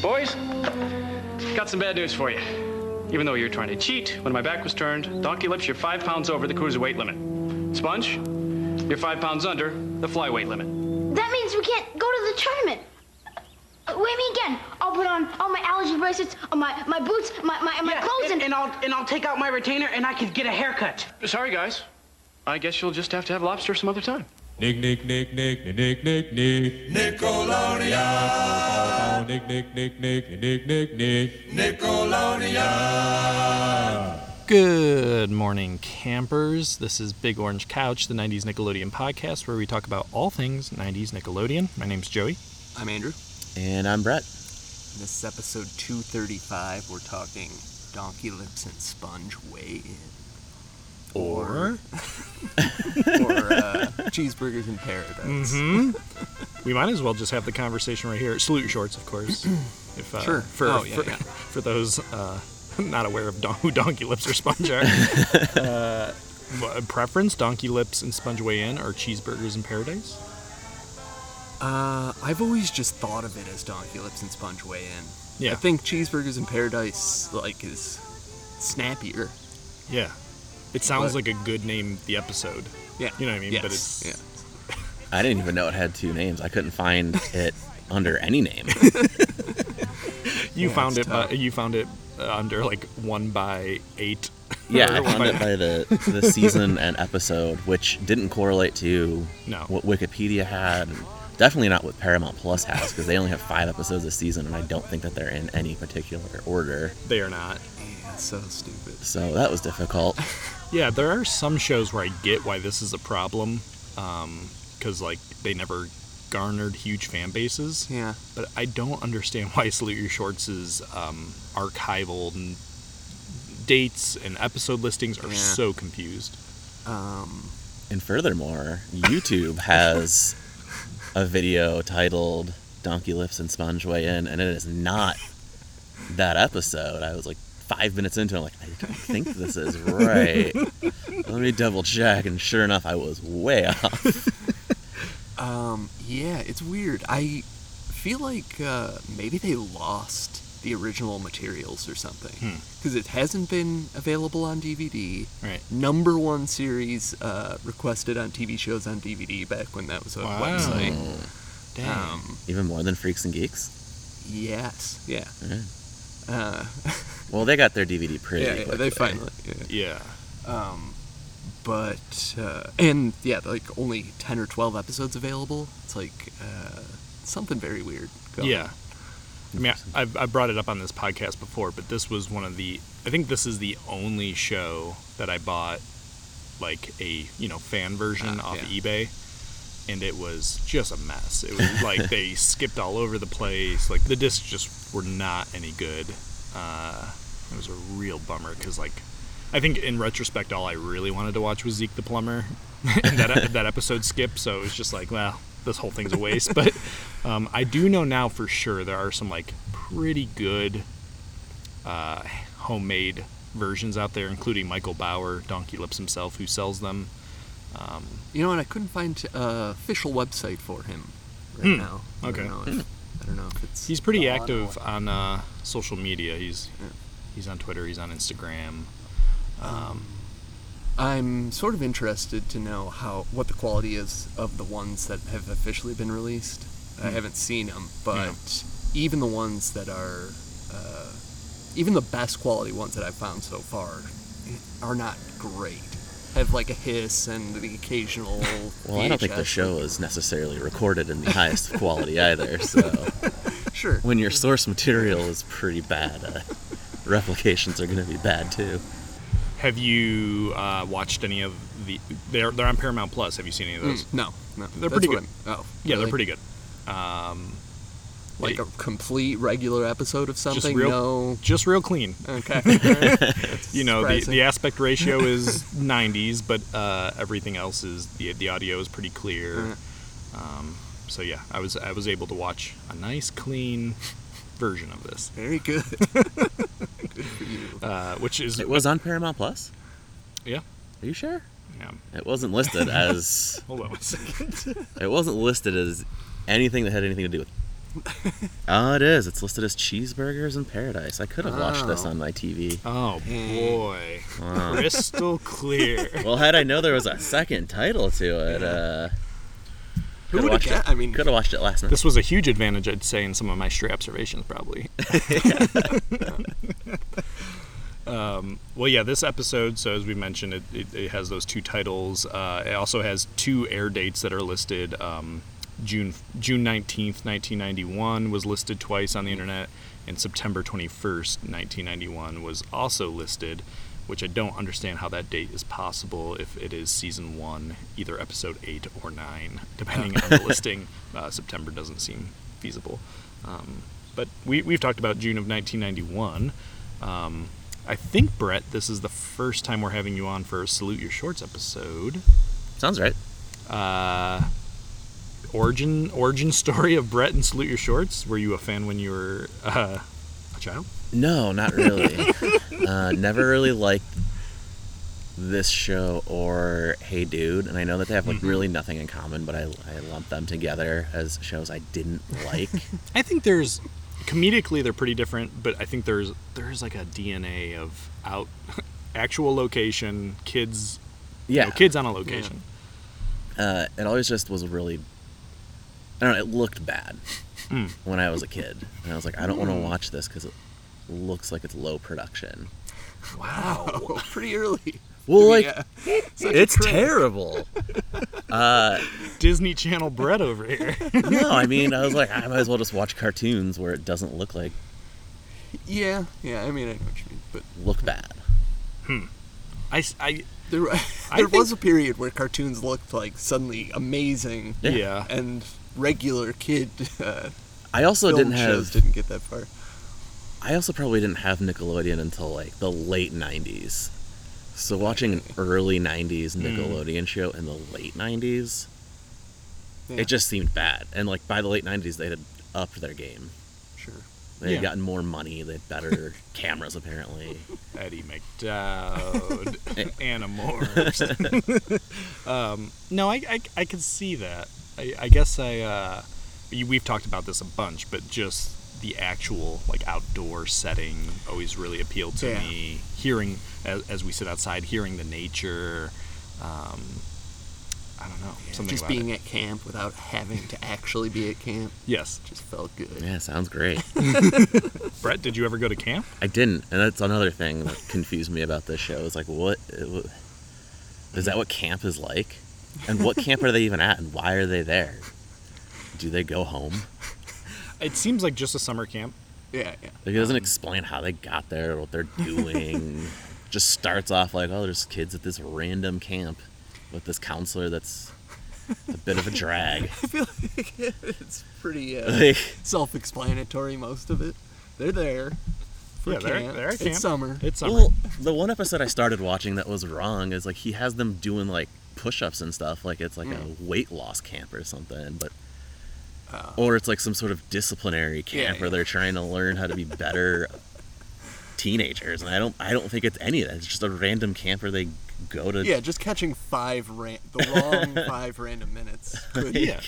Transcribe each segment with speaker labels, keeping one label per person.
Speaker 1: Boys, got some bad news for you. Even though you were trying to cheat, when my back was turned, Donkey Lips, you're five pounds over the cruiserweight limit. Sponge, you're five pounds under the flyweight limit.
Speaker 2: That means we can't go to the tournament. Uh, Weigh me again. I'll put on all my allergy bracelets, on my, my boots, my, my, my
Speaker 3: Yeah,
Speaker 2: clothes,
Speaker 3: and, and
Speaker 2: and,
Speaker 3: I'll and I'll take out my retainer and I can get a haircut.
Speaker 1: Sorry, guys. I guess you'll just have to have lobster some other time.
Speaker 4: Nick, Nick, Nick, Nick, Nick, Nick, Nick, Nickelodeon. Nick, Nick, Nick, Nick, Nick, Nick, Nick.
Speaker 5: Good morning, campers. This is Big Orange Couch, the 90s Nickelodeon podcast, where we talk about all things 90s Nickelodeon. My name's Joey.
Speaker 6: I'm Andrew.
Speaker 7: And I'm Brett.
Speaker 6: This is episode 235. We're talking Donkey Lips and Sponge Way In. Or. or uh, Cheeseburgers in Paradise.
Speaker 5: Mm-hmm. We might as well just have the conversation right here. Salute your shorts, of course. If, uh,
Speaker 6: Sure.
Speaker 5: For,
Speaker 6: Oh, yeah,
Speaker 5: for,
Speaker 6: yeah.
Speaker 5: for those uh, not aware of don- who Donkey Lips or Sponge are, uh, preference Donkey Lips and Sponge Way In or Cheeseburgers in Paradise?
Speaker 6: Uh, I've always just thought of it as Donkey Lips and Sponge Way In.
Speaker 5: Yeah.
Speaker 6: I think Cheeseburgers in Paradise like is snappier.
Speaker 5: Yeah. It sounds
Speaker 6: But-
Speaker 5: like a good name, the episode.
Speaker 6: Yeah.
Speaker 5: You know what I mean?
Speaker 6: Yes.
Speaker 5: But it's-
Speaker 6: Yeah.
Speaker 7: I didn't even know it had two names. I couldn't find it under any name.
Speaker 5: You
Speaker 6: Yeah,
Speaker 5: found
Speaker 6: it's
Speaker 5: it. By,
Speaker 6: tough.
Speaker 5: you found it uh, under like one by eight.
Speaker 7: Yeah,
Speaker 5: Or
Speaker 7: I
Speaker 5: one
Speaker 7: found
Speaker 5: by-
Speaker 7: it by the, the season and episode, which didn't correlate to
Speaker 5: No.
Speaker 7: what Wikipedia had. and Definitely not what Paramount Plus has, because they only have five episodes a season, and I don't think that they're in any particular order.
Speaker 5: They are not.
Speaker 6: Yeah, it's so stupid.
Speaker 7: So that was difficult.
Speaker 5: Yeah, there are some shows where I get why this is a problem, because like they never garnered huge fan bases.
Speaker 6: Yeah.
Speaker 5: But I don't understand why Salute Your Shorts' um, archival n- dates and episode listings are
Speaker 6: Yeah.
Speaker 5: so confused.
Speaker 6: Um,
Speaker 7: And furthermore, YouTube has a video titled Donkey Lips and Sponge Way In, and it is not that episode. I was like five minutes into it, I'm like, I don't think this is right. Let me double check, and sure enough, I was way off.
Speaker 6: Um, yeah, it's weird. I feel like uh, maybe they lost the original materials or
Speaker 5: Hmm.
Speaker 6: something because it hasn't been available on DVD.
Speaker 5: Right.
Speaker 6: Number one series uh, requested on TV shows on DVD back when that was a
Speaker 5: Wow.
Speaker 6: website.
Speaker 5: Damn.
Speaker 6: Um,
Speaker 7: Even more than Freaks and Geeks.
Speaker 6: yes. Yeah.
Speaker 7: Yeah.
Speaker 6: Uh,
Speaker 7: Well, they got their DVD pretty
Speaker 6: yeah, yeah,
Speaker 7: quickly.
Speaker 6: they finally.
Speaker 5: yeah.
Speaker 6: Yeah. Um, but uh, and yeah, like only ten or twelve episodes available. It's like uh, something very weird. going
Speaker 5: Yeah. I mean, I, I've, I brought it up on this podcast before, but this was one of the. I think this is the only show that I bought, like a you know fan version
Speaker 6: Ah,
Speaker 5: off
Speaker 6: yeah.
Speaker 5: eBay, and it was just a mess. It was like they skipped all over the place. Like the discs just were not any good. Uh, it was a real bummer because like. I think in retrospect, all I really wanted to watch was Zeke the Plumber, and that, that episode skipped. So it was just like, well, this whole thing's a waste. But um, I do know now for sure there are some like pretty good uh, homemade versions out there, including Michael Bauer, Donkey Lips himself, who sells them. Um,
Speaker 6: You know what? I couldn't find an official website for him right now.
Speaker 5: Hmm.
Speaker 6: I
Speaker 5: okay.
Speaker 6: Don't know if, I don't know if it's.
Speaker 5: He's pretty
Speaker 6: gone
Speaker 5: active
Speaker 6: or-
Speaker 5: on uh, social media. He's
Speaker 6: Yeah.
Speaker 5: he's on Twitter. He's on Instagram.
Speaker 6: I'm sort of interested to know how what the quality is of the ones that have officially been released. I
Speaker 5: Hmm.
Speaker 6: haven't seen them, but even the ones that are, uh, even the best quality ones that I've found so far, eh, are not great. Have like a hiss and the occasional.
Speaker 7: Well, I don't think the
Speaker 6: VHS.
Speaker 7: show is necessarily recorded in the highest quality either, so
Speaker 6: Sure.
Speaker 7: when your source material is pretty bad, uh, replications are going to be bad too.
Speaker 5: Have you uh, watched any of the? They're they're on Paramount Plus. Have you seen any of those?
Speaker 6: Mm, no, no.
Speaker 5: They're
Speaker 6: that's
Speaker 5: pretty
Speaker 6: what
Speaker 5: good.
Speaker 6: I'm- oh,
Speaker 5: Yeah, they're
Speaker 6: really?
Speaker 5: pretty good.
Speaker 6: Like a complete regular episode of something?
Speaker 5: real-
Speaker 6: no.
Speaker 5: Just real clean.
Speaker 6: Okay.
Speaker 5: you know the,
Speaker 6: Surprising.
Speaker 5: the aspect ratio is 90s but uh, everything else is the, the audio is pretty clear um,
Speaker 6: Uh-huh.
Speaker 5: so yeah i was i was able to watch a nice clean version of this
Speaker 6: Very good. good for you.
Speaker 5: uh, which is
Speaker 7: It was on Paramount Plus?
Speaker 5: yeah
Speaker 7: Are you sure?
Speaker 5: yeah
Speaker 7: It wasn't listed as
Speaker 5: hold on one second
Speaker 7: it wasn't listed as anything that had anything to do with Oh, it is. It's listed as cheeseburgers in paradise. I could have watched this on my TV.
Speaker 5: Oh boy, crystal clear.
Speaker 7: Well, had I know there was a second title to it, uh,
Speaker 6: Who would have guessed? I mean,
Speaker 7: could have watched it last night.
Speaker 5: This was a huge advantage, I'd say, in some of my stray observations, probably. um, well, yeah, this episode, so as we mentioned, it, it, it has those two titles. Uh, it also has two air dates that are listed. Um, June June 19th, 1991 was listed twice on the internet, and September 21st, 1991 was also listed, which I don't understand how that date is possible if it is season one, either episode eight or nine, depending on the listing. Uh, September doesn't seem feasible. Um, but we, we've talked about June of 1991. Um, I think, Brett, this is the first time we're having you on for a Salute Your Shorts episode
Speaker 7: Sounds right.
Speaker 5: origin origin story of Brett and Salute Your Shorts? Were you a fan when you were uh, a child?
Speaker 7: No, not really. uh, never really liked this show or Hey Dude, and I know that they have
Speaker 6: Mm-hmm.
Speaker 7: like really nothing in common, but I, I lump them together as shows I didn't like.
Speaker 5: I think there's comedically they're pretty different, but I think there's there's like a DNA of out actual location kids. you know,
Speaker 7: Yeah.
Speaker 5: kids on a location.
Speaker 7: uh, it always just was really i don't know it looked bad when i was a kid and i was like i don't want to
Speaker 6: Hmm.
Speaker 7: watch this because it looks like it's low production
Speaker 6: wow, pretty early.
Speaker 7: well like
Speaker 6: yeah.
Speaker 7: it's terrible
Speaker 5: Disney Channel Brett over here.
Speaker 7: no i mean i was like i might as well just watch cartoons where it doesn't look like
Speaker 6: Yeah, yeah. I mean, I know what you mean, but
Speaker 7: look bad
Speaker 5: I, s- I-
Speaker 6: there,
Speaker 5: I
Speaker 6: there was a
Speaker 5: think-
Speaker 6: period where cartoons looked like suddenly amazing,
Speaker 7: Yeah.
Speaker 5: yeah.
Speaker 6: and regular kid uh,
Speaker 7: i also
Speaker 6: film
Speaker 7: didn't
Speaker 6: shows
Speaker 7: have
Speaker 6: didn't get that far.
Speaker 7: i also probably didn't have nickelodeon until like the late 90s so watching an early 90s nickelodeon show in the late 90s
Speaker 6: Yeah.
Speaker 7: it just seemed bad and like by the late 90s they had upped their game
Speaker 6: Sure.
Speaker 7: They had
Speaker 5: Yeah.
Speaker 7: gotten more money. They had better cameras, apparently.
Speaker 5: Eddie McDowd, Animorphs. um, no, I, I, I could see that. I, I guess I, uh, you- we've talked about this a bunch, but just the actual like outdoor setting always really appealed to
Speaker 6: Yeah.
Speaker 5: me. Hearing as, as we sit outside, hearing the nature. Um, I don't know something
Speaker 6: just
Speaker 5: about
Speaker 6: being
Speaker 5: it.
Speaker 6: at camp without having to actually be at camp
Speaker 5: Yes,
Speaker 6: just felt good.
Speaker 7: Yeah, sounds great.
Speaker 5: Brett, did you ever go to camp?
Speaker 7: I didn't, and that's another thing that confused me about this show. Is like, what it- is that? What camp is like? And what camp are they even at? And why are they there? Do they go home?
Speaker 5: It seems like just a summer camp.
Speaker 6: Yeah, yeah.
Speaker 7: Like, it doesn't explain how they got there, what they're doing. just starts off like, oh, there's kids at this random camp with this counselor that's a bit of a drag.
Speaker 6: I feel like it's pretty uh,
Speaker 7: like,
Speaker 6: self-explanatory most of it. They're there. For
Speaker 5: Yeah, they're-
Speaker 6: camp.
Speaker 5: they're at
Speaker 6: It's
Speaker 5: camp.
Speaker 6: summer.
Speaker 5: It's summer.
Speaker 7: Well, the one episode I started watching that was wrong is like he has them doing like push-ups and stuff, like it's like
Speaker 6: Hmm.
Speaker 7: a weight loss camp or something, but or it's like some sort of disciplinary camp
Speaker 6: Oh. Yeah,
Speaker 7: where they're trying to learn how to be better teenagers, and I don't I don't think it's any of that. It's just a random camp where they go to
Speaker 6: yeah, just catching five ran- the wrong five random minutes could
Speaker 5: Yeah,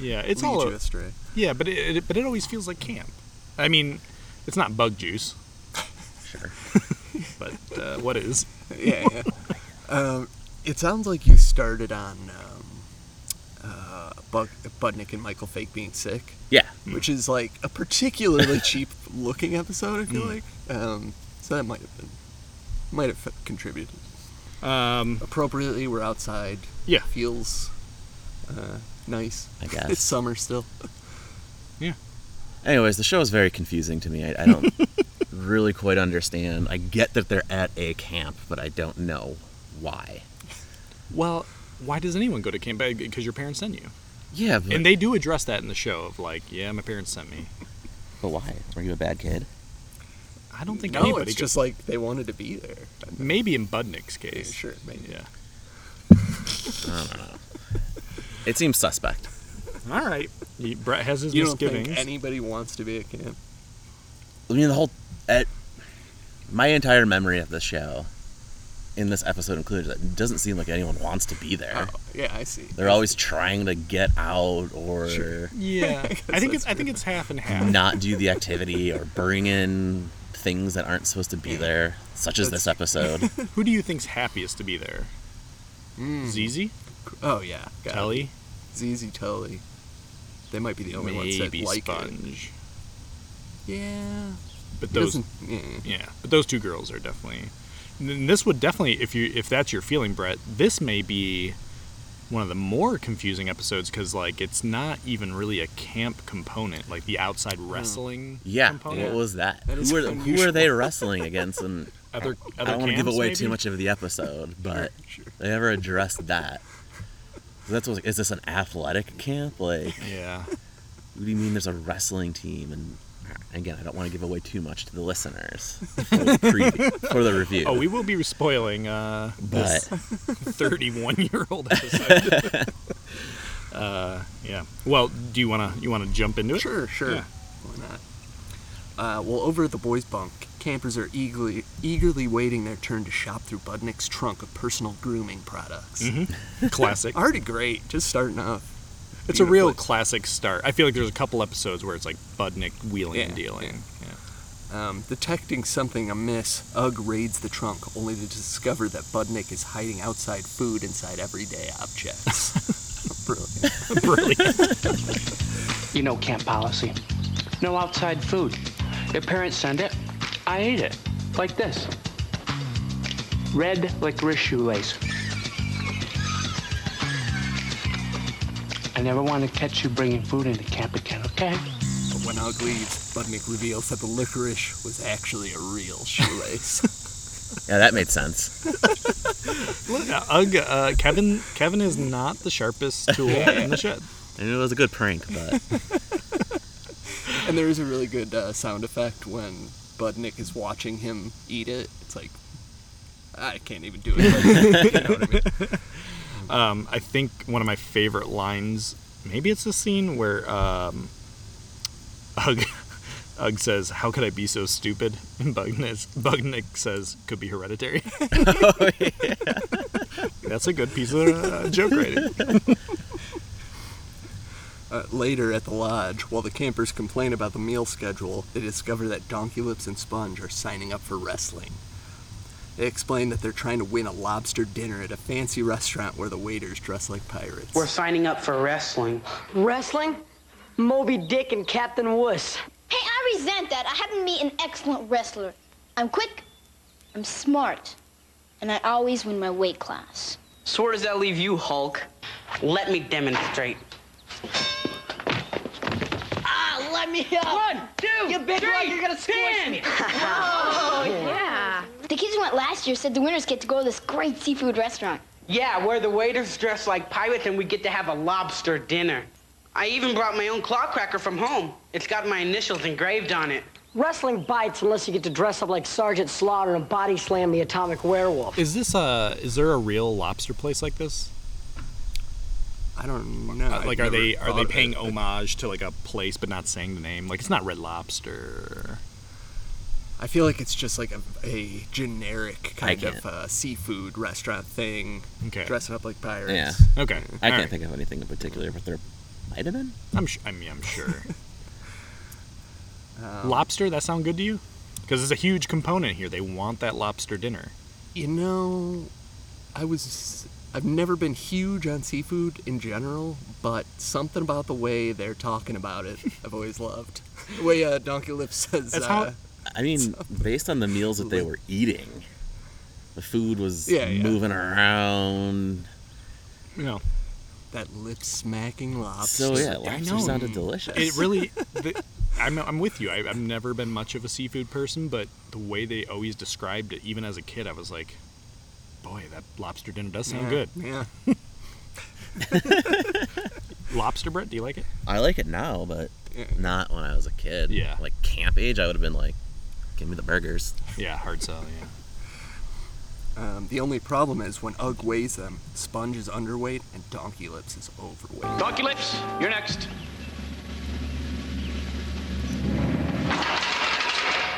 Speaker 5: yeah. It's
Speaker 6: lead
Speaker 5: all
Speaker 6: you
Speaker 5: a-
Speaker 6: astray.
Speaker 5: Yeah, but it, it but it always feels like camp. I mean, it's not bug juice,
Speaker 7: Sure.
Speaker 5: but uh, what is?
Speaker 6: yeah, yeah. Um, it sounds like you started on um, uh, Bug- Budnick and Michael Fake being sick,
Speaker 7: Yeah.
Speaker 5: Hmm.
Speaker 6: which is like a particularly cheap looking episode. I feel
Speaker 5: Hmm.
Speaker 6: like um, so that might have been might have contributed
Speaker 5: Um,
Speaker 6: appropriately. We're outside.
Speaker 5: Yeah.
Speaker 6: feels uh, nice.
Speaker 7: I guess.
Speaker 6: it's summer still.
Speaker 5: yeah.
Speaker 7: Anyways, the show is very confusing to me. I, I don't really quite understand. I get that they're at a camp, but I don't know why.
Speaker 5: Well, why does anyone go to camp? Because your parents send you,
Speaker 7: Yeah, but,
Speaker 5: and they do address that in the show of like, yeah, my parents sent me.
Speaker 7: but why? Were you a bad kid?
Speaker 5: I don't think
Speaker 6: No,
Speaker 5: anybody.
Speaker 6: it's
Speaker 5: go-
Speaker 6: just like they wanted to be there.
Speaker 5: maybe in Budnick's case.
Speaker 6: Sure, maybe.
Speaker 5: Yeah.
Speaker 7: It seems suspect.
Speaker 5: All right. He, Brett has his
Speaker 6: You don't
Speaker 5: misgivings.
Speaker 6: think anybody wants to be at
Speaker 7: Uh,
Speaker 6: camp?
Speaker 7: I mean, the whole. At, my entire memory of the show in this episode included that it doesn't seem like anyone wants to be there.
Speaker 6: Oh,
Speaker 5: Oh.
Speaker 6: yeah, I see.
Speaker 7: They're always trying to get out or
Speaker 5: Yeah, I, think it's I think it's half and half.
Speaker 7: not do the activity or bring in things that aren't supposed to be there, such as this episode.
Speaker 5: Who do you think's happiest to be there? Zizi,
Speaker 6: Oh yeah, Hmm. got it.
Speaker 5: Telly,
Speaker 6: ZZ Tully. They might be the only ones that
Speaker 5: maybe
Speaker 6: like it.
Speaker 5: Sponge.
Speaker 6: Yeah,
Speaker 5: But
Speaker 6: It
Speaker 5: those
Speaker 6: doesn't- yeah.
Speaker 5: Yeah, but those two girls are definitely. And this would definitely, if you if that's your feeling, Brett, this may be one of the more confusing episodes because like it's not even really a camp component, like the outside
Speaker 6: Hmm.
Speaker 5: wrestling.
Speaker 7: Yeah,
Speaker 5: component.
Speaker 7: what was that?
Speaker 6: That is
Speaker 7: who, are, who
Speaker 6: unusual.
Speaker 7: are they wrestling against? And
Speaker 5: Other
Speaker 7: I
Speaker 5: other
Speaker 7: don't want to give
Speaker 5: camps,
Speaker 7: away
Speaker 5: maybe?
Speaker 7: too much of the episode, but
Speaker 6: Sure.
Speaker 7: they never addressed that. So that's what, is this an athletic camp? Like,
Speaker 5: Yeah,
Speaker 7: what do you mean there's a wrestling team? And again, I don't want to give away too much to the listeners for the, preview, for the review.
Speaker 5: Oh, we will be spoiling uh,
Speaker 7: but
Speaker 5: this 31-year-old episode. uh, yeah. Well, do you wanna you wanna jump into it?
Speaker 6: Sure, sure.
Speaker 5: Yeah.
Speaker 6: Why not? Uh, well, over at the boys' bunk, campers are eagerly, eagerly waiting their turn to shop through Budnick's trunk of personal grooming products.
Speaker 5: Mm-hmm. Classic.
Speaker 6: Already great, just starting off.
Speaker 5: It's a real
Speaker 6: Beautiful.
Speaker 5: classic start. I feel like there's a couple episodes where it's like Budnick wheeling and
Speaker 6: Yeah,
Speaker 5: dealing. Yeah.
Speaker 6: Um, detecting something amiss, Ugg raids the trunk, only to discover that Budnick is hiding outside food inside everyday objects. Brilliant.
Speaker 3: You know camp policy. No outside food. Your parents send it. I ate it. Like this. Red licorice shoelace. I never want to catch you bringing food into camp again, okay?
Speaker 6: But when Ugg leaves, Budnick reveals that the licorice was actually a real shoelace.
Speaker 7: yeah, that made sense.
Speaker 5: Uh, Ugh, uh, Kevin. Kevin is not the sharpest tool in the shed.
Speaker 7: And it was a good prank, but
Speaker 6: and there is a really good uh, sound effect when Budnick is watching him eat it. It's like, I can't even do it. but you know what I mean?
Speaker 5: Um, I think one of my favorite lines. Maybe it's the scene where um, Ugg, Ugg says, "How could I be so stupid?" And Bugnick, Bugnick says, "Could be hereditary." That's a good piece of uh, joke writing.
Speaker 6: Uh, later at the lodge, while the campers complain about the meal schedule, they discover that Donkey Lips and Sponge are signing up for wrestling. They explain that they're trying to win a lobster dinner at a fancy restaurant where the waiters dress like pirates.
Speaker 8: We're signing up for wrestling.
Speaker 9: Wrestling? Moby Dick and Captain Wuss.
Speaker 2: Hey, I resent that. I haven't met an excellent wrestler. I'm quick, I'm smart, and I always win my weight class.
Speaker 8: So where does that leave you, Hulk? Let me demonstrate.
Speaker 9: Ah, let me up. One, two, you big three, you're gonna squish me.
Speaker 2: The kids who went last year said the winners get to go to this great seafood restaurant.
Speaker 8: Yeah, where the waiters dress like pirates and we get to have a lobster dinner. I even brought my own claw cracker from home. It's got my initials engraved on it.
Speaker 9: Wrestling bites unless you get to dress up like Sergeant Slaughter and body slam the atomic werewolf.
Speaker 5: Is this a? Is there a real lobster place like this?
Speaker 6: I don't know.
Speaker 5: Uh,
Speaker 6: I've
Speaker 5: like, are they
Speaker 6: never
Speaker 5: are
Speaker 6: thought
Speaker 5: they
Speaker 6: of
Speaker 5: paying
Speaker 6: it.
Speaker 5: homage to like a place but not saying the name? Like, it's not Red Lobster.
Speaker 6: I feel like it's just like a, a generic kind
Speaker 7: can't.
Speaker 6: of uh, seafood restaurant thing,
Speaker 5: Okay.
Speaker 6: dressing up like pirates.
Speaker 7: Yeah.
Speaker 5: Okay.
Speaker 7: I
Speaker 5: all
Speaker 7: can't
Speaker 5: right.
Speaker 7: think of anything in particular, but there might have been.
Speaker 5: I'm sh- I mean, I'm sure.
Speaker 6: Um,
Speaker 5: lobster, that sound good to you? Because it's a huge component here. They want that lobster dinner.
Speaker 6: You know, I was. I've never been huge on seafood in general, but something about the way they're talking about it, I've always loved. The way uh, Donkey Lips says,
Speaker 5: That's
Speaker 6: uh,
Speaker 5: how-
Speaker 7: I mean, based on the meals that they were eating, the food was
Speaker 6: Yeah, yeah.
Speaker 7: moving around.
Speaker 5: You know,
Speaker 6: that lip smacking lobster.
Speaker 7: So yeah, lobster sounded delicious.
Speaker 5: it really. The, I'm, I'm with you. I, I've never been much of a seafood person, but the way they always described it, even as a kid, I was like, boy, that lobster dinner does sound
Speaker 6: yeah,
Speaker 5: good.
Speaker 6: Yeah.
Speaker 5: Lobster, Brett, do you like it?
Speaker 7: I like it now, but not when I was a kid.
Speaker 5: Yeah.
Speaker 7: Like camp age, I would have been like, "Give me the burgers."
Speaker 5: Yeah, hard sell, yeah.
Speaker 6: Um, the only problem is when Ugg weighs them, Sponge is underweight and Donkey Lips is overweight.
Speaker 1: Donkey Lips, you're next.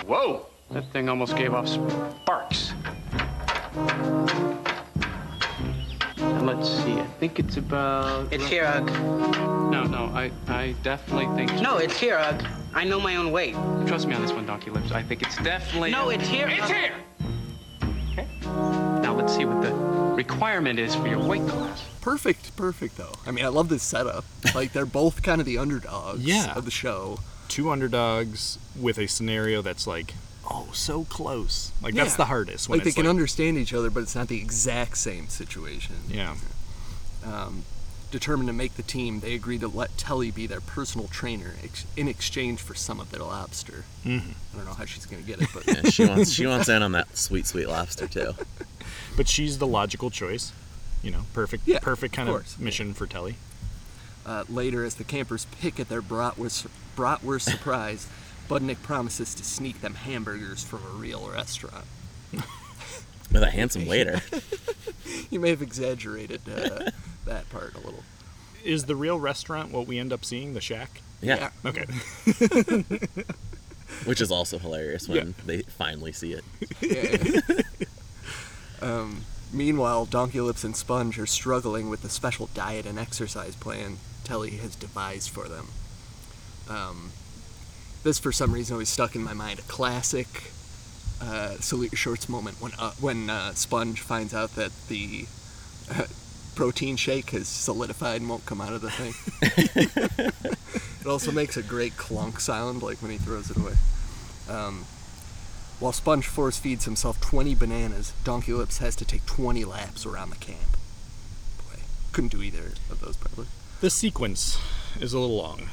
Speaker 1: Whoa! That thing almost gave off sparks.
Speaker 3: Let's see. I think it's about.
Speaker 8: It's here, Ugg.
Speaker 1: No, no, I, I definitely think.
Speaker 8: No, it's here, Ugg. I know my own weight.
Speaker 1: Trust me on this one, Donkey Lips. I think it's definitely.
Speaker 8: No, it's here.
Speaker 1: It's
Speaker 8: Ugg.
Speaker 1: here! Okay. Now let's see what the requirement is for your weight class.
Speaker 6: Perfect, perfect though. I mean, I love this setup. Like they're both kind of the underdogs
Speaker 5: Yeah.
Speaker 6: of the show.
Speaker 5: Two underdogs with a scenario that's like, oh, so close. Like that's
Speaker 6: Yeah.
Speaker 5: the hardest. When
Speaker 6: Like they
Speaker 5: it's
Speaker 6: can understand each other, but it's not the exact same situation.
Speaker 5: Yeah.
Speaker 6: Determined to make the team, they agreed to let Telly be their personal trainer ex- in exchange for some of their lobster. Mm-hmm. I don't know how she's gonna get it, but
Speaker 7: Yeah, she wants she wants in on that sweet sweet lobster too.
Speaker 5: But she's the logical choice. You know, perfect,
Speaker 6: Yeah,
Speaker 5: perfect kind
Speaker 6: of
Speaker 5: of,
Speaker 6: course.
Speaker 5: mission for Telly.
Speaker 6: uh, later, as the campers pick at their bratwurst, bratwurst surprise, Budnick promises to sneak them hamburgers from a real restaurant.
Speaker 7: With a handsome waiter.
Speaker 6: You may have exaggerated uh, that part a little.
Speaker 5: Is the real restaurant what we end up seeing? The shack.
Speaker 7: Yeah.
Speaker 5: Okay.
Speaker 7: Which is also hilarious when they finally see it.
Speaker 6: Meanwhile, Donkey Lips and Sponge are struggling with the special diet and exercise plan Telly has devised for them. Um, this, for some reason, always stuck in my mind. A classic uh, salute your shorts moment when uh, when uh, Sponge finds out that the uh, protein shake has solidified and won't come out of the thing. it also makes a great clunk sound, like when he throws it away. Um, While Sponge force feeds himself 20 bananas, Donkey Lips has to take 20 laps around the camp. Boy, couldn't do either of those probably.
Speaker 5: this sequence is a little long.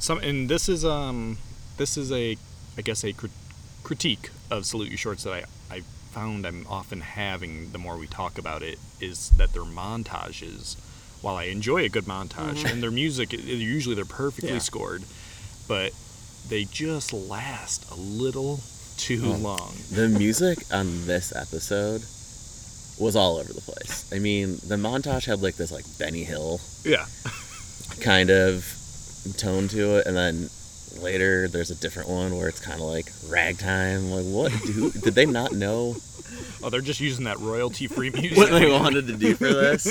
Speaker 5: Some and this is um this is a I guess a cri- critique of Salute You Shorts that I I found I'm often having the more we talk about it is that their montages while I enjoy a good montage
Speaker 7: Mm-hmm.
Speaker 5: and their music i- usually they're perfectly
Speaker 6: Yeah.
Speaker 5: scored but they just last a little too
Speaker 7: Mm.
Speaker 5: long.
Speaker 7: The music on this episode was all over the place. I mean, the montage had like this like Benny Hill
Speaker 5: Yeah.
Speaker 7: kind of tone to it, and then later there's a different one where it's kind of like ragtime. Like, what? Who, did they not know
Speaker 5: Oh, they're just using that royalty-free
Speaker 7: what
Speaker 5: music.
Speaker 7: they wanted to do for this?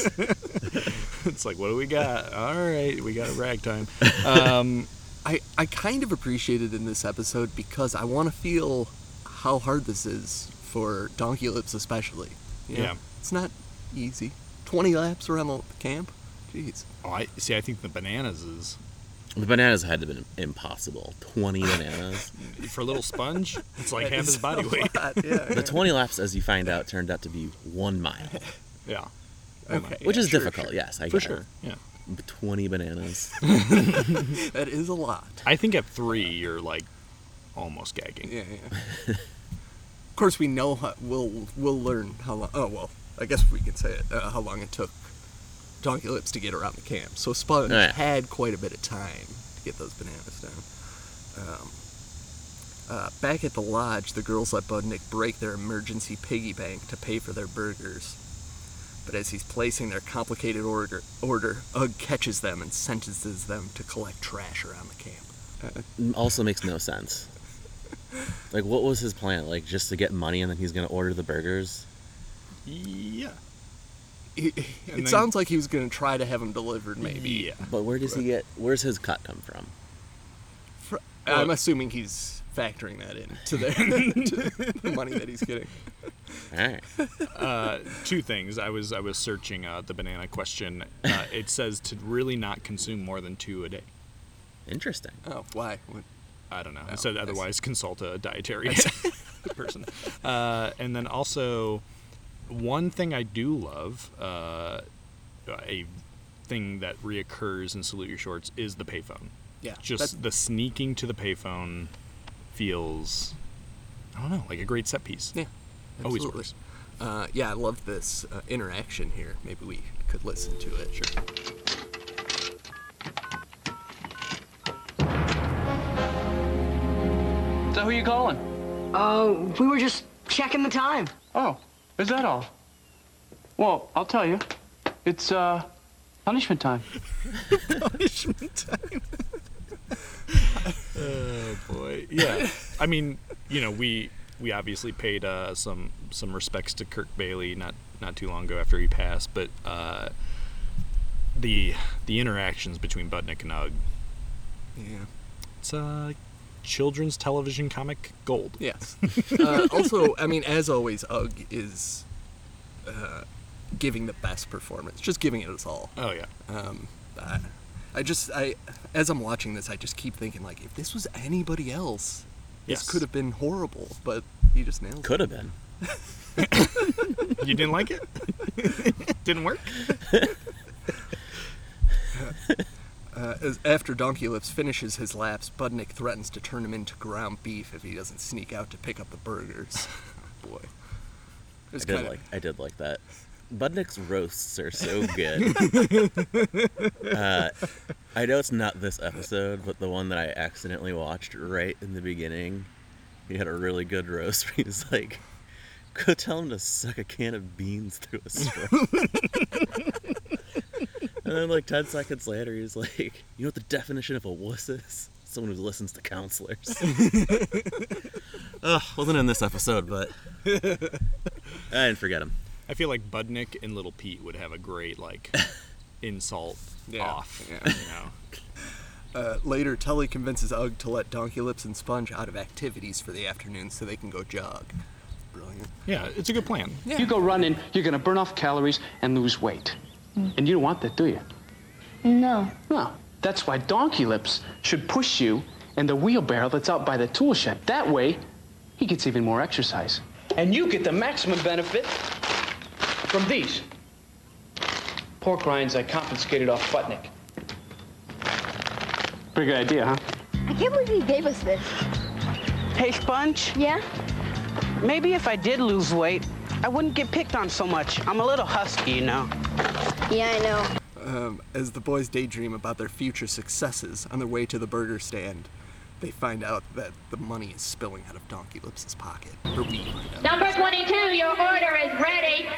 Speaker 5: it's like, what do we got? All right, we got a ragtime. Um,
Speaker 6: I, I kind of appreciated in this episode because I want to feel how hard this is for Donkey Lips especially. you know?
Speaker 5: Yeah.
Speaker 6: It's not easy. 20 laps around the camp? Jeez.
Speaker 5: Oh, I see. I think the bananas is
Speaker 7: The bananas had to have been impossible. Twenty bananas.
Speaker 5: for little sponge. It's like
Speaker 6: That
Speaker 5: half
Speaker 6: is
Speaker 5: his body
Speaker 6: a
Speaker 5: weight.
Speaker 6: lot, yeah.
Speaker 7: The twenty laps, as you find out, turned out to be one mile,
Speaker 5: Yeah,
Speaker 6: Okay,
Speaker 7: which
Speaker 6: yeah,
Speaker 7: is
Speaker 6: sure,
Speaker 7: difficult. Yes, I
Speaker 5: for
Speaker 7: get
Speaker 5: sure. Yeah,
Speaker 7: It. Twenty bananas.
Speaker 6: sure. That is a lot.
Speaker 5: I think at three you're like almost gagging.
Speaker 6: Yeah, yeah. of course, we know how, we'll we'll learn how long. Oh well, I guess we can say it. Uh, how long it took Donkey Lips to get around the camp. So Sponge
Speaker 7: Alright.
Speaker 6: had quite a bit of time to get those bananas down. Um, uh, back at the lodge, the girls let Budnick break their emergency piggy bank to pay for their burgers. But as he's placing their complicated order, order Ugg catches them and sentences them to collect trash around the camp.
Speaker 7: Also makes no sense. Like, what was his plan? Like, just to get money, and then he's gonna order the burgers.
Speaker 5: Yeah,
Speaker 6: It, it
Speaker 5: then-
Speaker 6: sounds like he was going to try to have them delivered, maybe.
Speaker 5: yeah.
Speaker 7: But where does he get? Where's his cut come from?
Speaker 6: Fr- Uh, I'm assuming he's factoring that in to the, to the money that he's getting.
Speaker 7: All right.
Speaker 5: Uh, two things. I was I was searching uh, the banana question. Uh, it says to really not consume more than two a day.
Speaker 7: Interesting.
Speaker 6: Oh, why? What?
Speaker 5: I don't know.
Speaker 6: Oh,
Speaker 5: it said
Speaker 6: I see.
Speaker 5: otherwise consult a dietary person. Uh, and then also, one thing I do love, uh, a thing that reoccurs in Salute Your Shorts is the payphone.
Speaker 6: Yeah,
Speaker 5: Just
Speaker 6: that-
Speaker 5: the sneaking to the payphone feels, I don't know, like a great set piece.
Speaker 6: Yeah,
Speaker 5: Always
Speaker 6: absolutely.
Speaker 5: works.
Speaker 6: Uh, yeah, I love this uh, interaction here. Maybe we could listen to it. Sure.
Speaker 3: Is that who you calling?
Speaker 9: Uh, we were just checking the time.
Speaker 3: Oh, is that all? Well, I'll tell you. It's uh, punishment time.
Speaker 5: Boy, yeah. I mean, you know, we we obviously paid uh, some some respects to Kirk Bailey not not too long ago after he passed, but uh, the the interactions between Budnick and Ugg,
Speaker 6: Yeah.
Speaker 5: it's uh, children's television comic gold.
Speaker 6: Yes. uh, also, I mean, as always, Ugg is uh, giving the best performance, just giving it his all.
Speaker 5: Oh yeah,
Speaker 6: Um, I, I just, I, as I'm watching this, I just keep thinking, like, if this was anybody else,
Speaker 5: Yes.
Speaker 6: this could have been horrible, but he just nailed
Speaker 7: Could have been.
Speaker 5: you didn't like it? didn't work?
Speaker 6: it. Uh, As, after Donkey Lips finishes his laps, Budnick threatens to turn him into ground beef if he doesn't sneak out to pick up the burgers. oh, boy.
Speaker 7: I
Speaker 6: It's
Speaker 7: did
Speaker 6: kinda-
Speaker 7: like I did like that. Budnick's roasts are so good. uh, I know it's not this episode, but the one that I accidentally watched right in the beginning, he had a really good roast. Where he's like, "Go tell him to suck a can of beans through a straw." and then, like ten seconds later, he's like, "You know what the definition of a wuss is? Someone who listens to counselors." Ugh, wasn't in this episode, but I didn't forget him.
Speaker 5: I feel like Budnick and Little Pete would have a great like insult
Speaker 6: Yeah,
Speaker 5: off.
Speaker 6: yeah.
Speaker 5: You know.
Speaker 6: Uh, later, Tully convinces Ugg to let Donkey Lips and Sponge out of activities for the afternoon so they can go jog. Brilliant.
Speaker 5: Yeah, it's a good plan.
Speaker 3: You go running, you're gonna burn off calories and lose weight. And you don't want that, do you?
Speaker 2: No.
Speaker 3: No. That's why Donkey Lips should push you in the wheelbarrow that's out by the tool shed. That way, he gets even more exercise. And you get the maximum benefit from these pork rinds I confiscated off Butnick. Pretty good idea, huh?
Speaker 2: I can't believe you gave us this.
Speaker 8: Hey, Sponge,
Speaker 2: Yeah?
Speaker 8: maybe if I did lose weight, I wouldn't get picked on so much. I'm a little husky, you know.
Speaker 2: Yeah, I know.
Speaker 6: Um, as the boys daydream about their future successes on their way to the burger stand, they find out that the money is spilling out of Donkey Lips' pocket. Or we find out.
Speaker 10: Number 22, your order is ready.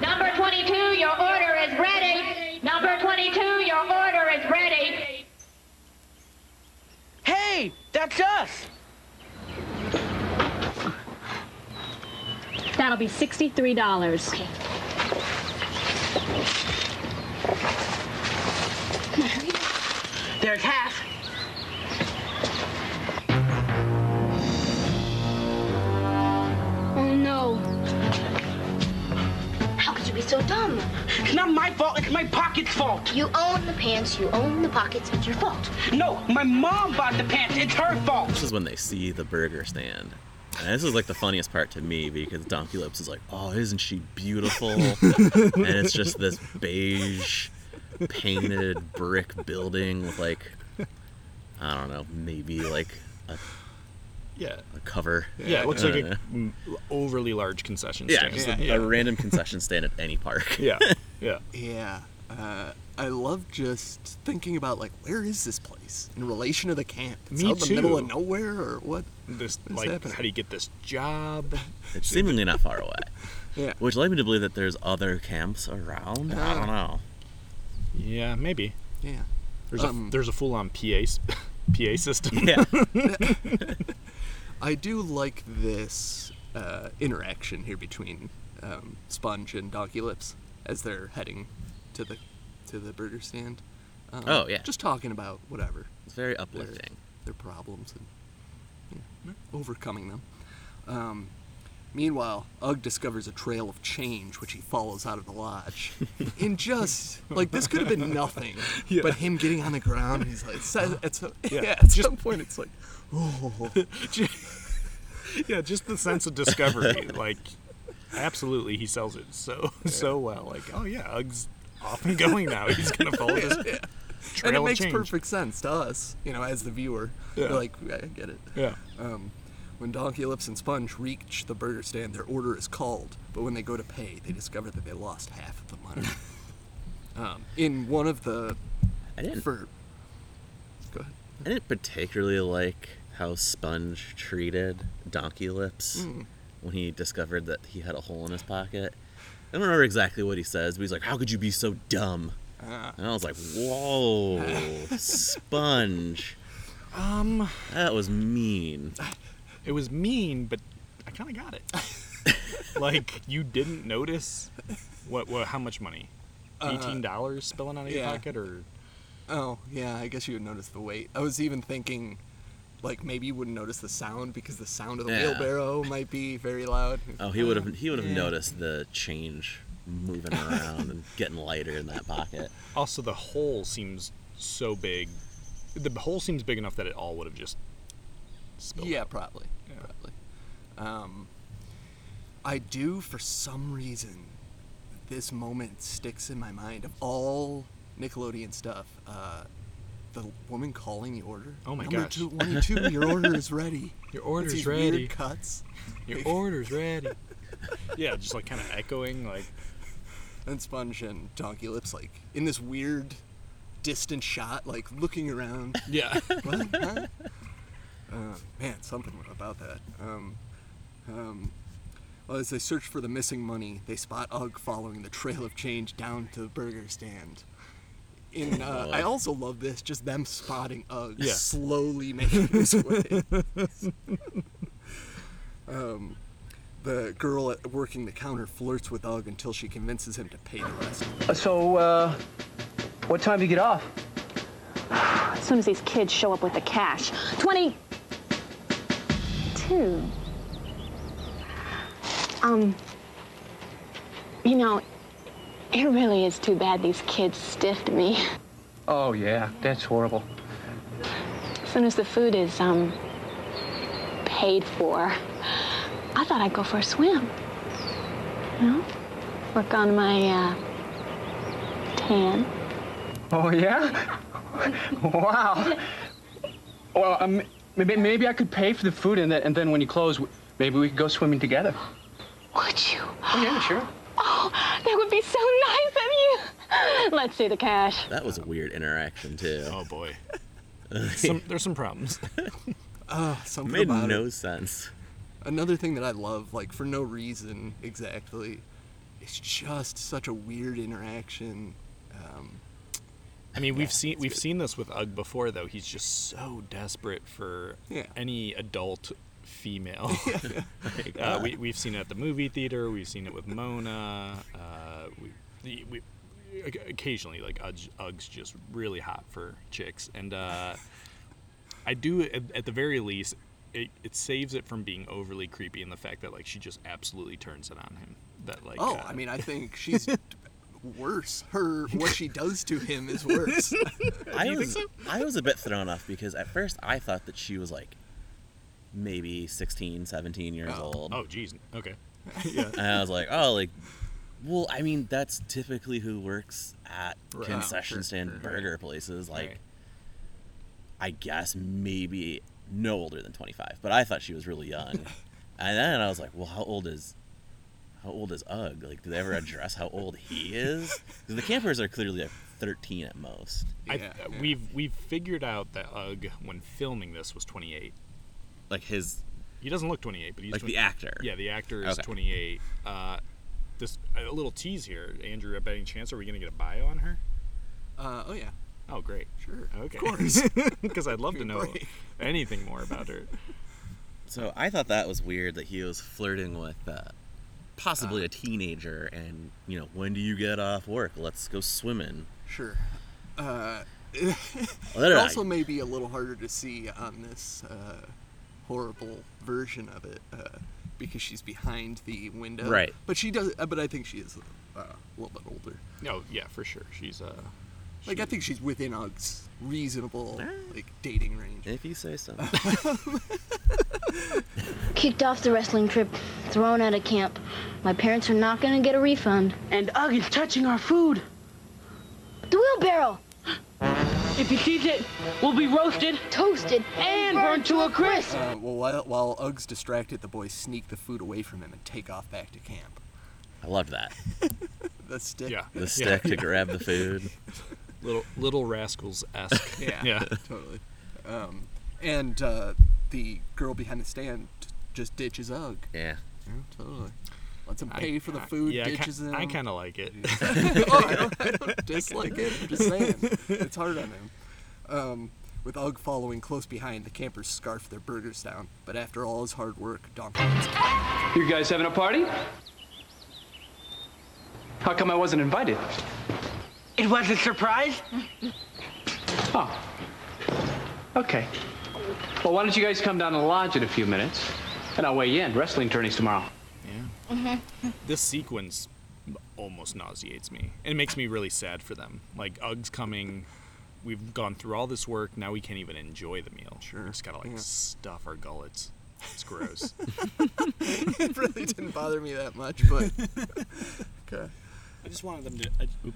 Speaker 10: Number 22, your order is ready. Number 22, your order is ready.
Speaker 8: Hey, that's us!
Speaker 10: That'll be $63.
Speaker 8: There's half.
Speaker 2: Oh, no. How could you be so dumb?
Speaker 8: It's not my fault, it's my pocket's fault.
Speaker 2: You own the pants, you own the pockets, it's your fault.
Speaker 8: No, my mom bought the pants, it's her fault.
Speaker 7: This is when they see the burger stand. And this is like the funniest part to me because Donkey Lips is like, oh, isn't she beautiful? and it's just this beige painted brick building with like, I don't know, maybe like a,
Speaker 5: Yeah.
Speaker 7: a cover.
Speaker 5: Yeah, it looks
Speaker 7: I
Speaker 5: like
Speaker 7: don't
Speaker 5: a
Speaker 7: know.
Speaker 5: m- overly large concession
Speaker 7: Yeah,
Speaker 5: stand.
Speaker 7: just
Speaker 5: yeah,
Speaker 7: a, a random concession stand at any park.
Speaker 5: yeah, yeah.
Speaker 6: Yeah. Uh, I love just thinking about, like, where is this place in relation to the camp? It's
Speaker 5: Me
Speaker 6: out in the middle
Speaker 5: too.
Speaker 6: of nowhere or what?
Speaker 5: This
Speaker 6: What's
Speaker 5: like,
Speaker 6: happening?
Speaker 5: how do you get this job?
Speaker 7: It's seemingly not far away.
Speaker 6: Yeah.
Speaker 7: Which led me to believe that there's other camps around. I
Speaker 5: Uh,
Speaker 7: don't know.
Speaker 5: Yeah, maybe.
Speaker 6: Yeah.
Speaker 5: There's a there's a full on PA s- PA system.
Speaker 7: Yeah.
Speaker 6: I do like this uh, interaction here between um, Sponge and Donkey Lips as they're heading to the to the burger stand. Um,
Speaker 7: Oh, yeah.
Speaker 6: just talking about whatever
Speaker 7: It's very
Speaker 6: their,
Speaker 7: uplifting.
Speaker 6: their problems and you know, overcoming them. Um, meanwhile, Ugg discovers a trail of change which he follows out of the lodge. In just like this could have been nothing, but him getting on the ground, he's like,
Speaker 5: Uh-huh.
Speaker 6: so- at some, yeah, at some point it's like, oh.
Speaker 5: yeah, just the sense of discovery. like, absolutely, he sells it so so well. Like, oh yeah, Ugg's off and going now. He's gonna follow this trail
Speaker 6: and it
Speaker 5: of
Speaker 6: makes
Speaker 5: change.
Speaker 6: perfect sense to us, you know, as the viewer. You're
Speaker 5: Yeah.
Speaker 6: Like, I get it.
Speaker 5: Yeah.
Speaker 6: Um, when Donkey Lips and Sponge reach the burger stand, their order is called, but when they go to pay, they discover that they lost half of the money. um, in one of the
Speaker 7: I didn't
Speaker 6: for, go ahead.
Speaker 7: I didn't particularly like how Sponge treated Donkey Lips
Speaker 6: Mm.
Speaker 7: when he discovered that he had a hole in his pocket. I don't remember exactly what he says, but he's like, "How could you be so dumb?"
Speaker 6: Uh.
Speaker 7: and I was like, "Whoa, Sponge." Um, that was mean.
Speaker 5: It was mean, but I kind of got it. like you didn't notice what, what how much money?
Speaker 6: Uh,
Speaker 5: Eighteen dollars spilling out of your
Speaker 6: yeah.
Speaker 5: pocket, or
Speaker 6: Oh, yeah, I guess you would notice the weight. I was even thinking, like, maybe you wouldn't notice the sound because the sound of the
Speaker 7: Yeah.
Speaker 6: wheelbarrow might be very loud.
Speaker 7: Oh, he would have he would have
Speaker 6: Yeah.
Speaker 7: noticed the change moving around and getting lighter in that pocket.
Speaker 5: also the hole seems so big. The hole seems big enough that it all would have just spilled.
Speaker 6: Yeah, probably. Probably. Um, I do, for some reason, this moment sticks in my mind of all Nickelodeon stuff. Uh, the woman calling the order.
Speaker 5: Oh my
Speaker 6: Number
Speaker 5: gosh.
Speaker 6: Two, one and two, your order is ready.
Speaker 5: Your
Speaker 6: It's
Speaker 5: order's
Speaker 6: these
Speaker 5: ready.
Speaker 6: Weird cuts.
Speaker 5: Your order's ready. yeah, just like kind of echoing, like
Speaker 6: and Sponge and Donkey Lips, like in this weird, distant shot, like looking around.
Speaker 5: Yeah.
Speaker 6: what? Huh? Uh, man, something about that. Um, um, well, as they search for the missing money, they spot Ugg following the trail of change down to the burger stand. In, uh, I also love this, just them spotting Ugg
Speaker 5: Yeah.
Speaker 6: slowly making his way. um, the girl at working the counter flirts with Ugg until she convinces him to pay the rest.
Speaker 3: So, uh, what time do you get off?
Speaker 11: As soon as these kids show up with the cash. 22. Um, you know, it really is too bad these kids stiffed me.
Speaker 3: Oh, yeah, that's horrible.
Speaker 11: As soon as the food is, um, paid for, I thought I'd go for a swim. You know? Work on my, uh, tan.
Speaker 3: Oh, yeah? wow. Well, um, maybe, maybe I could pay for the food, and, then and then when you close, maybe we could go swimming together.
Speaker 11: Would you?
Speaker 3: Oh, yeah, sure.
Speaker 11: Oh, that would be so nice of you. Let's see the cash.
Speaker 7: That
Speaker 6: Oh.
Speaker 7: was a weird interaction too. Oh
Speaker 5: boy. some, there's some problems.
Speaker 6: Oh, something
Speaker 7: Made
Speaker 6: about
Speaker 7: no
Speaker 6: it.
Speaker 7: sense.
Speaker 6: Another thing that I love, like for no reason exactly, it's just such a weird interaction. Um,
Speaker 5: I mean, we've seen we've seen this with Ugg before, though. He's just so desperate for
Speaker 6: Yeah.
Speaker 5: any adult female. uh,
Speaker 7: God.
Speaker 5: we we've seen it at the movie theater. We've seen it with Mona. Uh, we, the- we oc- occasionally like Ugg, Ugg's just really hot for chicks, and uh, I do at, at the very least. It, it saves it from being overly creepy in the fact that like she just absolutely turns it on him. That like
Speaker 6: oh,
Speaker 5: uh,
Speaker 6: I mean, I think she's d- worse. Her what she does to him is worse.
Speaker 7: I was I was a bit thrown off because at first I thought that she was like maybe 16, 17 years old.
Speaker 5: oh geez okay
Speaker 7: And I was like, oh, like, well, I mean, that's typically who works at
Speaker 5: Right. Oh,
Speaker 7: concession
Speaker 5: Sure,
Speaker 7: stand
Speaker 5: sure.
Speaker 7: burger places. Like,
Speaker 5: Right.
Speaker 7: I guess maybe no older than 25, but I thought she was really young. and then I was like, well, how old is. How old is Ugg? Like, do they ever address how old he is? 'Cause the campers are clearly like 13 at most.
Speaker 5: I, uh, We've we've figured out that Ugg, when filming this, was 28.
Speaker 7: Like his,
Speaker 5: he doesn't look 28, but he's
Speaker 7: Like the
Speaker 5: 20
Speaker 7: actor.
Speaker 5: Yeah, the actor is
Speaker 7: Okay.
Speaker 5: 28. Uh, this a little tease here, Andrew. By any chance, are we gonna get a bio on her?
Speaker 6: Uh, oh yeah.
Speaker 5: Oh, great.
Speaker 6: Sure.
Speaker 5: Okay.
Speaker 6: Of course.
Speaker 5: Because I'd love to know
Speaker 6: Right.
Speaker 5: anything more about her.
Speaker 7: So I thought that was weird that he was flirting with uh, possibly a teenager, and you know, when do you get off work? Let's go swimming.
Speaker 6: Sure. Uh,
Speaker 7: All
Speaker 6: it
Speaker 7: right.
Speaker 6: also may be a little harder to see on this uh, horrible version of it uh, because she's behind the window.
Speaker 7: Right.
Speaker 6: But she does. uh, But I think she is uh, a little bit older.
Speaker 5: No, yeah, for sure. She's uh,
Speaker 6: Like I think she's within a s- reasonable
Speaker 5: Ah.
Speaker 6: like dating range.
Speaker 7: If you say so.
Speaker 2: Kicked off the wrestling trip, thrown out of camp. My parents are not gonna get a refund.
Speaker 8: And uh, Ugg is touching our food.
Speaker 2: The wheelbarrow!
Speaker 8: If he sees it, we'll be roasted,
Speaker 2: toasted,
Speaker 8: and burned to a crisp.
Speaker 6: Uh, well, while, while Ugg's distracted, the boys sneak the food away from him and take off back to camp.
Speaker 7: I loved that.
Speaker 6: The stick.
Speaker 5: Yeah.
Speaker 7: The stick to grab the food.
Speaker 5: little little rascals esque.
Speaker 6: Yeah,
Speaker 5: yeah.
Speaker 6: totally. Um, and uh, the girl behind the stand just ditches Ugg.
Speaker 7: Yeah.
Speaker 6: Yeah, totally. Lets him
Speaker 5: I-
Speaker 6: pay for the
Speaker 5: I-
Speaker 6: food,
Speaker 5: yeah, I ki-
Speaker 6: ditches him.
Speaker 5: I kinda like it.
Speaker 6: oh, I, don't, I don't dislike it. I'm just saying. It's hard on him. Um, with Ugg following close behind, the campers scarf their burgers down. But after all his hard work, Donkey.
Speaker 3: You guys having a party? How come I wasn't invited?
Speaker 8: It was a surprise?
Speaker 3: Okay. Well, why don't you guys come down to the lodge in a few minutes, and I'll weigh you in. Wrestling tourneys tomorrow.
Speaker 5: This sequence almost nauseates me. And it makes me really sad for them. Like Ugg's coming, we've gone through all this work, now we can't even enjoy the meal. Sure. We just gotta like
Speaker 6: Yeah.
Speaker 5: stuff our gullets. It's gross.
Speaker 6: it really didn't bother me that much, but okay.
Speaker 5: I just wanted them to. I, oop.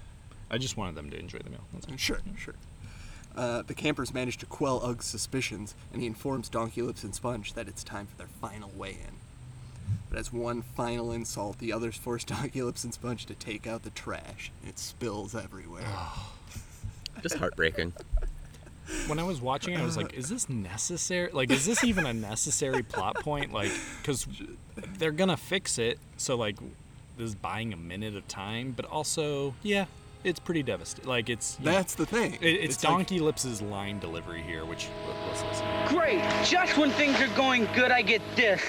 Speaker 5: I just wanted them to enjoy the meal. That's all.
Speaker 6: Sure, sure. Uh, the campers manage to quell Ugg's suspicions, and he informs Donkey Lips and Sponge that it's time for their final weigh-in. But as one final insult, the others force Donkey Lips and Sponge to take out the trash. It spills everywhere.
Speaker 7: Just heartbreaking.
Speaker 5: When I was watching, it, I was like, "Is this necessary? Like, is this even a necessary plot point? Like, because they're gonna fix it, so like, this is buying a minute of time, but also, yeah, it's pretty devastating. Like, it's you know,
Speaker 6: That's the thing.
Speaker 5: it, it's,
Speaker 6: It's like-
Speaker 5: Donkey Lips's line delivery here, which let's listen.
Speaker 8: Great. Just when things are going good, I get this.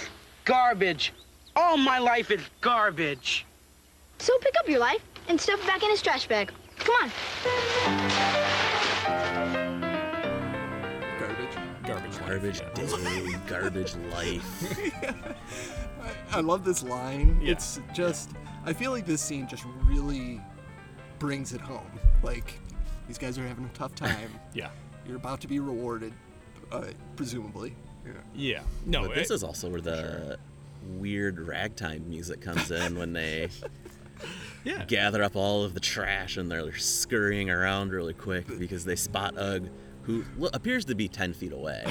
Speaker 8: Garbage. All my life is garbage.
Speaker 2: So pick up your life and stuff it back in his trash bag. Come on.
Speaker 6: Garbage.
Speaker 5: Garbage.
Speaker 7: Garbage day, garbage life.
Speaker 6: I love this line.
Speaker 5: Yeah.
Speaker 6: It's just, I feel like this scene just really brings it home. Like, these guys are having a tough time.
Speaker 5: Yeah.
Speaker 6: You're about to be rewarded, uh, presumably. Yeah.
Speaker 5: Yeah. No.
Speaker 7: but this
Speaker 5: it-
Speaker 7: is also where the weird ragtime music comes in when they
Speaker 5: Yeah.
Speaker 7: gather up all of the trash and they're scurrying around really quick because they spot Ugg, who lo- appears to be 10 feet away.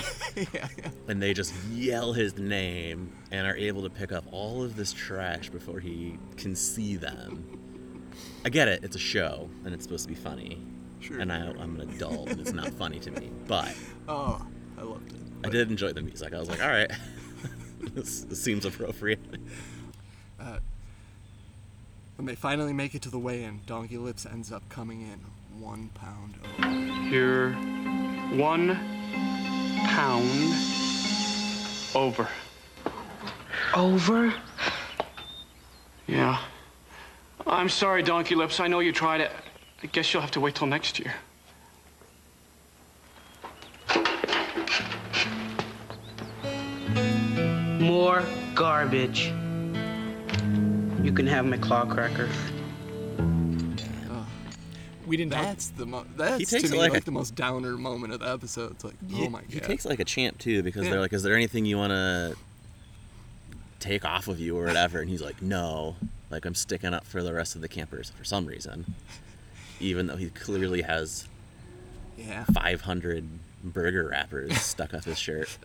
Speaker 7: And they just yell his name and are able to pick up all of this trash before he can see them. I get it, it's a show and it's supposed to be funny.
Speaker 6: Sure.
Speaker 7: And I, I'm an adult and it's not funny to me. But
Speaker 6: Oh, I loved it.
Speaker 7: I did enjoy the music. I was like, all right, this, this seems appropriate.
Speaker 6: When they finally make it to the weigh-in, Donkey Lips ends up coming in one pound over.
Speaker 1: You're one pound over.
Speaker 8: Over?
Speaker 1: Yeah. I'm sorry, Donkey Lips. I know you tried it. I guess you'll have to wait till next year.
Speaker 8: More garbage. You can have my claw crackers.
Speaker 5: we didn't talk
Speaker 6: That's the mo- that's to
Speaker 7: takes
Speaker 6: me
Speaker 7: it like
Speaker 6: like,
Speaker 7: a-
Speaker 6: the most downer moment of the episode. It's like, oh my god.
Speaker 7: He takes it like a champ too, because
Speaker 6: Yeah.
Speaker 7: they're like, "Is there anything you want to take off of you or whatever?" And he's like, "No, like I'm sticking up for the rest of the campers for some reason, even though he clearly has
Speaker 6: yeah.
Speaker 7: 500 burger wrappers stuck up his shirt,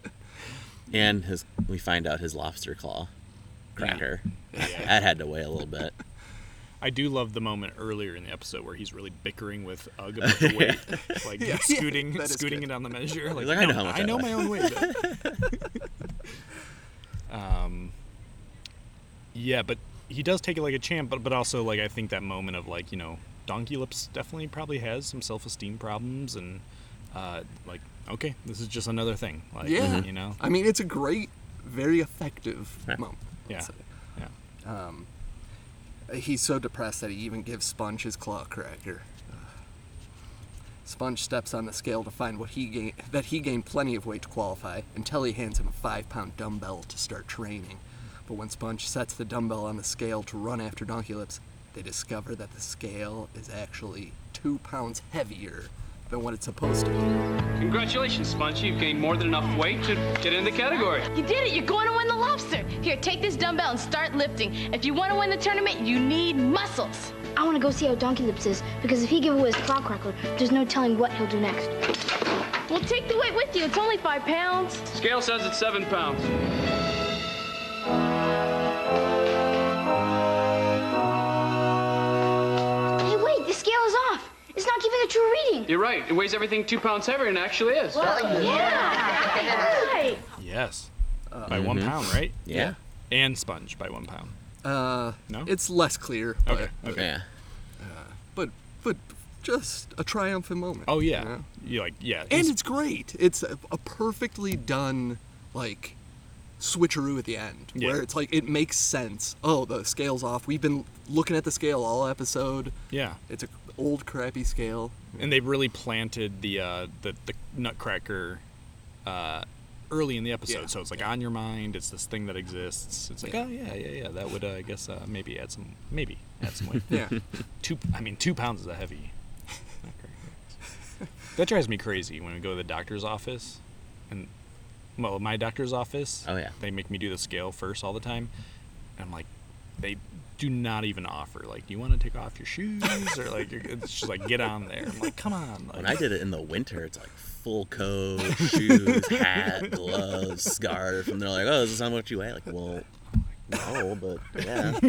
Speaker 7: and his we find out his lobster claw cracker that had to weigh a little bit.
Speaker 5: I do love the moment earlier in the episode where he's really bickering with Ugg about the weight, like scooting,
Speaker 6: that is
Speaker 5: scooting
Speaker 6: good.
Speaker 5: it on the measure. Like,
Speaker 7: like,
Speaker 5: no, I know, how much I
Speaker 7: I
Speaker 5: know
Speaker 7: weigh."
Speaker 5: my own weight. um, yeah, but he does take it like a champ, but but also like I think that moment of like you know Donkey Lips definitely probably has some self-esteem problems and uh, like okay, this is just another thing. Like,
Speaker 6: Yeah.
Speaker 5: you know,
Speaker 6: I mean, it's a great, very effective
Speaker 7: Yeah.
Speaker 6: moment.
Speaker 5: yeah,
Speaker 6: So,
Speaker 5: yeah.
Speaker 6: he's so depressed that he even gives Sponge his claw cracker. Sponge steps on the scale to find what he gain, that he gained plenty of weight to qualify until he hands him a five pound dumbbell to start training. But when Sponge sets the dumbbell on the scale to run after Donkey Lips, they discover that the scale is actually two pounds heavier than what it's supposed to be.
Speaker 1: Congratulations, Sponge. You've gained more than enough weight to get in the category.
Speaker 12: You did it! You're going to win the lobster! Here, take this dumbbell and start lifting. If you want to win the tournament, you need muscles.
Speaker 2: I want to go see how Donkey Lips is because if he gives away his claw cracker, there's no telling what he'll do next.
Speaker 12: Well, take the weight with you. It's only five pounds.
Speaker 1: Scale says it's seven pounds.
Speaker 2: Hey, wait, the scale is off. It's not giving a true reading.
Speaker 1: You're right. It weighs everything two pounds heavier than it actually is.
Speaker 2: Right.
Speaker 5: Yes.
Speaker 6: Uh,
Speaker 5: by one pound, right?
Speaker 7: Yeah.
Speaker 5: And sponge by one pound.
Speaker 6: Uh,
Speaker 5: No?
Speaker 6: It's less clear, but,
Speaker 5: Okay. Okay.
Speaker 7: Yeah.
Speaker 6: but, but just a triumphant moment.
Speaker 5: Oh yeah. You like yeah.
Speaker 6: and it's great. It's a, a perfectly done like switcheroo at the end
Speaker 5: Yeah.
Speaker 6: where it's like it makes sense. Oh, the scale's off. We've been looking at the scale all episode.
Speaker 5: Yeah.
Speaker 6: It's an old crappy scale.
Speaker 5: and they really planted the uh, the, the Nutcracker uh, early in the episode, so it's like on your mind. It's this thing that exists. It's like
Speaker 6: Yeah.
Speaker 5: oh yeah yeah yeah that would uh, I guess uh, maybe add some maybe add some weight.
Speaker 6: Yeah.
Speaker 5: two I mean two pounds is a heavy. That drives me crazy when we go to the doctor's office, and well, my doctor's office.
Speaker 7: Oh yeah.
Speaker 5: They make me do the scale first all the time, and I'm like, they do not even offer like, do you want to take off your shoes or like, it's just like get on there. I'm like, come on.
Speaker 7: When I did it in the winter, it's like full coat, shoes, hat, gloves, scarf, and they're like, "Oh, is this how much you weigh?" Like, well, no, but yeah.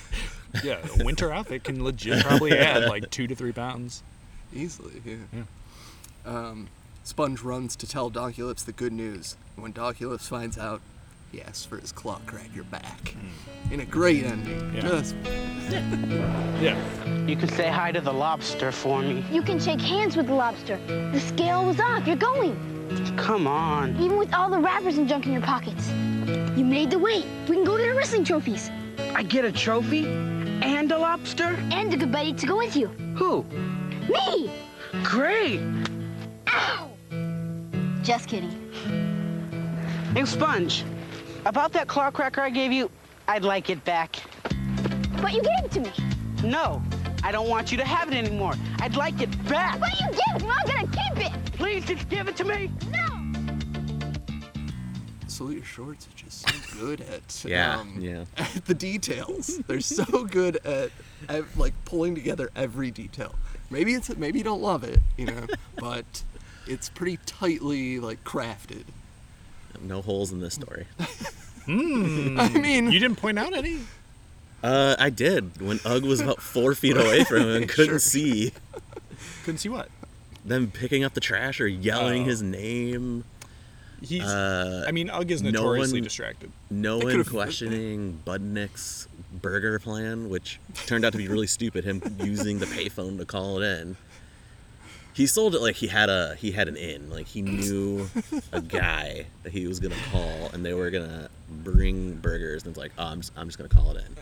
Speaker 5: yeah, a winter outfit can legit probably add like two to three pounds.
Speaker 6: Easily, yeah. Um, Sponge runs to tell Doculips the good news. When Doculips finds out, he asks for his claw cracker back. In a great ending.
Speaker 8: Yeah.
Speaker 6: Just
Speaker 8: Yeah. You could say hi to the lobster for me.
Speaker 2: You can shake hands with the lobster. The scale was off. You're going.
Speaker 8: Come on.
Speaker 2: Even with all the wrappers and junk in your pockets. You made the weight. We can go to the wrestling trophies.
Speaker 8: I get a trophy and a lobster
Speaker 2: and a good buddy to go with you.
Speaker 8: Who?
Speaker 2: Me.
Speaker 8: Great.
Speaker 2: Ow! Just kidding.
Speaker 8: Hey, Sponge, about that claw cracker I gave you, I'd like it back.
Speaker 2: But you gave it to me.
Speaker 8: No, I don't want you to have it anymore. I'd like it back.
Speaker 2: But you gave it to me. I'm gonna keep it.
Speaker 8: Please just give it to me.
Speaker 6: salute your shorts are just so good at
Speaker 7: Yeah,
Speaker 6: um,
Speaker 7: yeah.
Speaker 6: at the details. They're so good at, at like pulling together every detail. Maybe it's maybe you don't love it, you know, but it's pretty tightly like crafted.
Speaker 7: No holes in this story. Mm.
Speaker 6: I mean,
Speaker 5: you didn't point out any.
Speaker 7: Uh, I did when Ugg was about four feet away from him and couldn't
Speaker 5: Sure.
Speaker 7: see
Speaker 5: Couldn't see what.
Speaker 7: them picking up the trash or yelling
Speaker 5: Oh.
Speaker 7: his name.
Speaker 5: He's.
Speaker 7: Uh,
Speaker 5: I mean, Ugg is
Speaker 7: no
Speaker 5: notoriously
Speaker 7: one-
Speaker 5: distracted.
Speaker 7: No
Speaker 5: They
Speaker 7: one
Speaker 5: could've-
Speaker 7: questioning Budnick's burger plan, which turned out to be really stupid. Him using the payphone to call it in. He sold it like he had a he had an in, like he knew a guy that he was gonna call, and they were gonna bring burgers. And it's like, oh, I'm just, I'm just gonna call it in.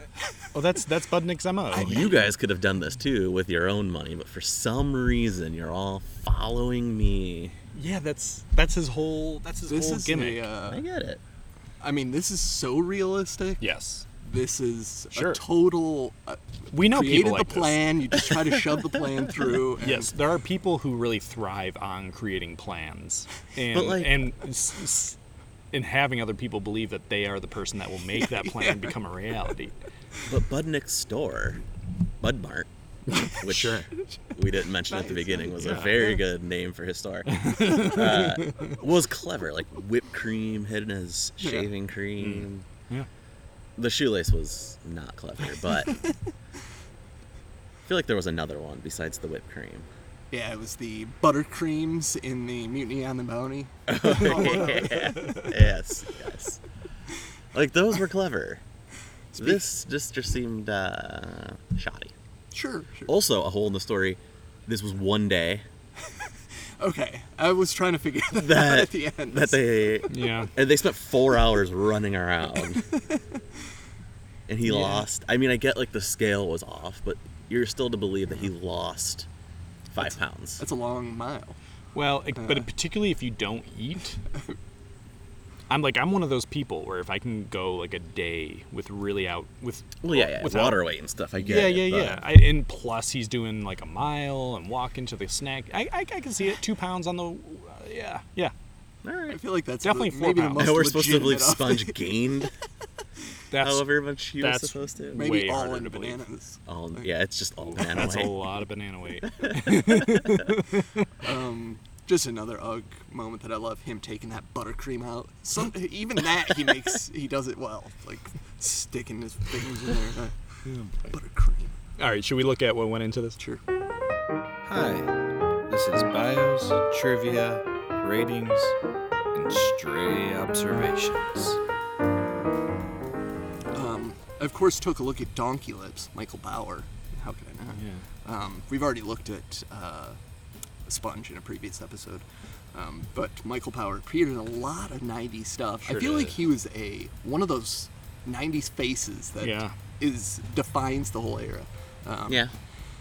Speaker 5: Oh, that's that's Budnick's mo.
Speaker 7: You guys could have done this too with your own money, but for some reason, you're all following me.
Speaker 5: Yeah, that's that's his whole that's his
Speaker 6: This
Speaker 5: whole
Speaker 6: is
Speaker 5: gimmick.
Speaker 6: a, uh,
Speaker 7: I get it.
Speaker 6: I mean, this is so realistic.
Speaker 5: Yes.
Speaker 6: This is
Speaker 5: Sure.
Speaker 6: a total. Uh,
Speaker 5: We know
Speaker 6: created
Speaker 5: people like
Speaker 6: the
Speaker 5: this.
Speaker 6: plan. You just try to shove the plan through. and-
Speaker 5: Yes, there are people who really thrive on creating plans and
Speaker 6: But, like-
Speaker 5: and s- s- and having other people believe that they are the person that will make that plan become a reality.
Speaker 7: But Budnick's store, Bud Mart, which we didn't mention at the beginning, was a
Speaker 5: Yeah.
Speaker 7: very good name for his store, uh, was clever. Like whipped cream hidden as
Speaker 5: Yeah. Mm.
Speaker 7: shaving cream.
Speaker 5: Yeah.
Speaker 7: The shoelace was not clever, but I feel like there was another one besides the whipped cream.
Speaker 6: Yeah, it was the buttercreams in the Mutiny on the Bounty.
Speaker 5: Oh,
Speaker 7: yes, yes. Like those were clever. This just just seemed uh, shoddy.
Speaker 6: Sure, sure.
Speaker 7: Also, a hole in the story. This was one day
Speaker 6: Okay, I was trying to figure that, out
Speaker 7: that
Speaker 6: at the end.
Speaker 7: that they
Speaker 5: yeah
Speaker 7: and they spent four hours running around, and he
Speaker 6: Yeah.
Speaker 7: lost. I mean, I get like the scale was off, but you're still to believe that he lost five pounds.
Speaker 6: That's a long mile.
Speaker 5: Well, it,
Speaker 6: Uh.
Speaker 5: but particularly if you don't eat, I'm like I'm one of those people where if I can go like a day with really out with
Speaker 7: Well, yeah, yeah,
Speaker 5: without-
Speaker 7: water weight and stuff, I get
Speaker 5: yeah,
Speaker 7: it,
Speaker 5: yeah,
Speaker 7: but-
Speaker 5: yeah. I, and plus, he's doing like a mile and walking to the snack. I, I, I can see it. Two pounds on the, uh, yeah, yeah.
Speaker 7: All right.
Speaker 6: I feel like that's
Speaker 5: Definitely
Speaker 6: the,
Speaker 5: four
Speaker 6: maybe
Speaker 5: pounds.
Speaker 6: the most
Speaker 7: Now we're supposed to believe
Speaker 6: legitimate option.
Speaker 7: Sponge gained
Speaker 5: That's
Speaker 7: however much he was
Speaker 5: that's
Speaker 7: supposed to.
Speaker 6: Maybe
Speaker 5: way
Speaker 6: all
Speaker 5: harder
Speaker 6: in
Speaker 5: to believe.
Speaker 6: bananas.
Speaker 7: All, yeah, it's just all banana
Speaker 5: That's a
Speaker 7: weight.
Speaker 5: lot of banana weight.
Speaker 6: Um, just another UGG moment that I love him taking that buttercream out. Some even that he makes he does it well, like sticking his fingers in there. uh, buttercream.
Speaker 5: All right, should we look at what went into this?
Speaker 6: Sure.
Speaker 13: Hi, this is bios, trivia, ratings, and stray observations.
Speaker 6: Um, I of course took a look at Donkey Lips, Michael Bauer, and How could I not? Um, we've already looked at uh, Sponge in a previous episode, um, but Michael Power appeared in a lot of '90s stuff.
Speaker 5: Sure
Speaker 6: I feel
Speaker 5: did.
Speaker 6: like he was a one of those '90s faces that is
Speaker 5: Yeah.
Speaker 6: defines the whole era. Um,
Speaker 7: Yeah.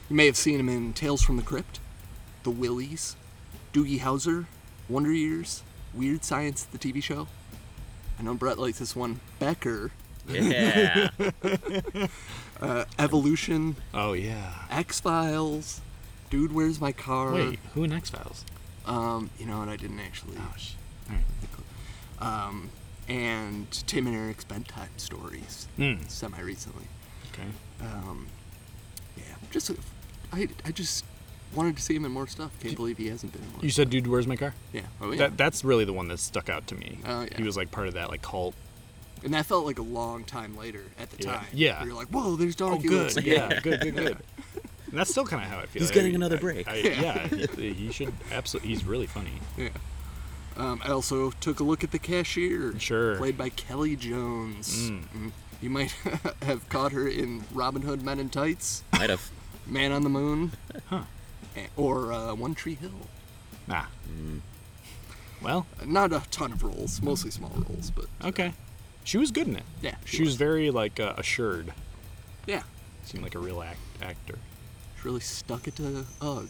Speaker 6: You may have seen him in Tales from the Crypt, The Willies, Doogie Howser, Wonder Years, Weird Science, the TV show. I know Brett likes this one, Becker.
Speaker 7: Yeah.
Speaker 6: uh, Evolution.
Speaker 5: Oh yeah.
Speaker 6: X Files. Dude, where's my car?
Speaker 5: Wait, Oh, who in X Files?
Speaker 6: Um, you know, and I didn't actually. Um, and Tim and Eric's bedtime stories.
Speaker 5: Mm.
Speaker 6: Semi recently.
Speaker 5: Okay.
Speaker 6: Um, yeah, just I, I just wanted to see him in more stuff. Can't believe he hasn't been in more.
Speaker 5: You said, "Dude, where's my car?"
Speaker 6: Yeah. Oh, yeah.
Speaker 5: That, that's really the one that stuck out to me.
Speaker 6: Oh, yeah.
Speaker 5: He was like part of that like cult.
Speaker 6: And that felt like a long time later at the
Speaker 5: Yeah.
Speaker 6: time.
Speaker 5: Yeah.
Speaker 6: You're like, whoa, there's
Speaker 5: Oh,
Speaker 6: Donkey
Speaker 5: good.
Speaker 6: Lips again."
Speaker 5: Yeah, good, good, good. And that's still kind of how I feel.
Speaker 6: He's
Speaker 5: I
Speaker 6: getting
Speaker 5: mean,
Speaker 6: another
Speaker 5: I-
Speaker 6: break.
Speaker 5: I-
Speaker 6: Yeah.
Speaker 5: yeah, he, he should absolutely. He's really funny.
Speaker 6: Yeah. Um, I also took a look at the cashier.
Speaker 5: Sure.
Speaker 6: Played by Kelly Jones.
Speaker 5: Mm.
Speaker 6: Mm. You might have caught her in Robin Hood Men in Tights,
Speaker 7: Might have.
Speaker 6: Man on the Moon, a- or uh, One Tree Hill.
Speaker 5: Nah. Well,
Speaker 6: not a ton of roles, mostly small roles, but uh,
Speaker 5: Okay. She was good in it.
Speaker 6: Yeah, she
Speaker 5: She was very like uh, assured.
Speaker 6: yeah,
Speaker 5: Seemed like a real act- actor.
Speaker 6: she really stuck it to Ugg.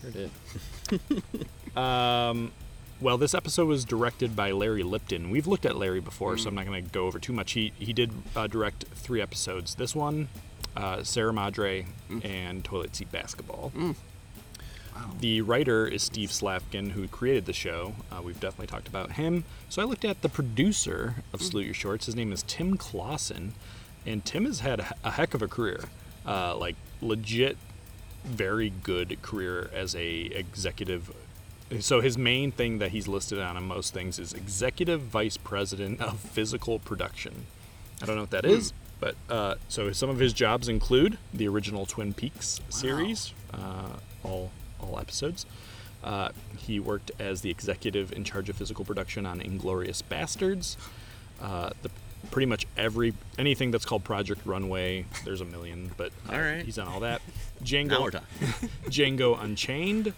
Speaker 5: Sure did. Um, well, this episode was directed by Larry Lipton. We've looked at Larry before, so I'm not going to go over too much. He he did uh, direct three episodes. This one, uh, Sarah Madre, and Toilet Seat Basketball. The writer is Steve Slafkin, who created the show. Uh, we've definitely talked about him. So I looked at the producer of Salute Your Shorts. His name is Tim Clausen, and Tim has had a- a heck of a career. Uh, like legit, very good career as a executive. So his main thing that he's listed on in most things is executive vice president of physical production. I don't know what that
Speaker 7: Hmm.
Speaker 5: is, but uh, so some of his jobs include the original Twin Peaks series, uh, all all episodes. Uh, he worked as the executive in charge of physical production on Inglorious Bastards. Uh, the, pretty much every anything that's called Project Runway, there's a million, but uh,
Speaker 7: All right.
Speaker 5: he's on all that. Django,
Speaker 7: Now we're
Speaker 5: Django Unchained,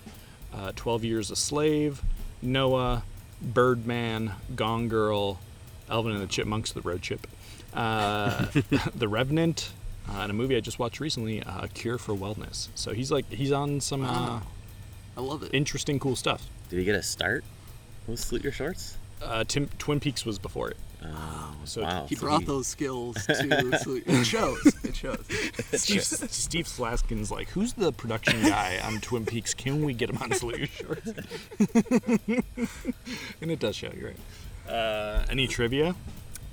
Speaker 5: uh, 12 Years a Slave, Noah, Birdman, Gone Girl, Alvin and the Chipmunks, The Road Chip, uh, The Revenant, uh, and a movie I just watched recently, uh, A Cure for Wellness. So he's like, he's on some uh,
Speaker 6: I love it.
Speaker 5: interesting, cool stuff.
Speaker 7: Did he get a start? Was Salute Your Shorts?
Speaker 5: Uh, Tim, Twin Peaks was before it.
Speaker 7: Oh,
Speaker 5: So
Speaker 7: wow.
Speaker 6: He brought those skills to. so it shows. It shows.
Speaker 5: Steve, Steve Slaskin's like, who's the production guy on Twin Peaks? Can we get him on Salute Your Shorts? and it does show, you're right. Uh, any trivia?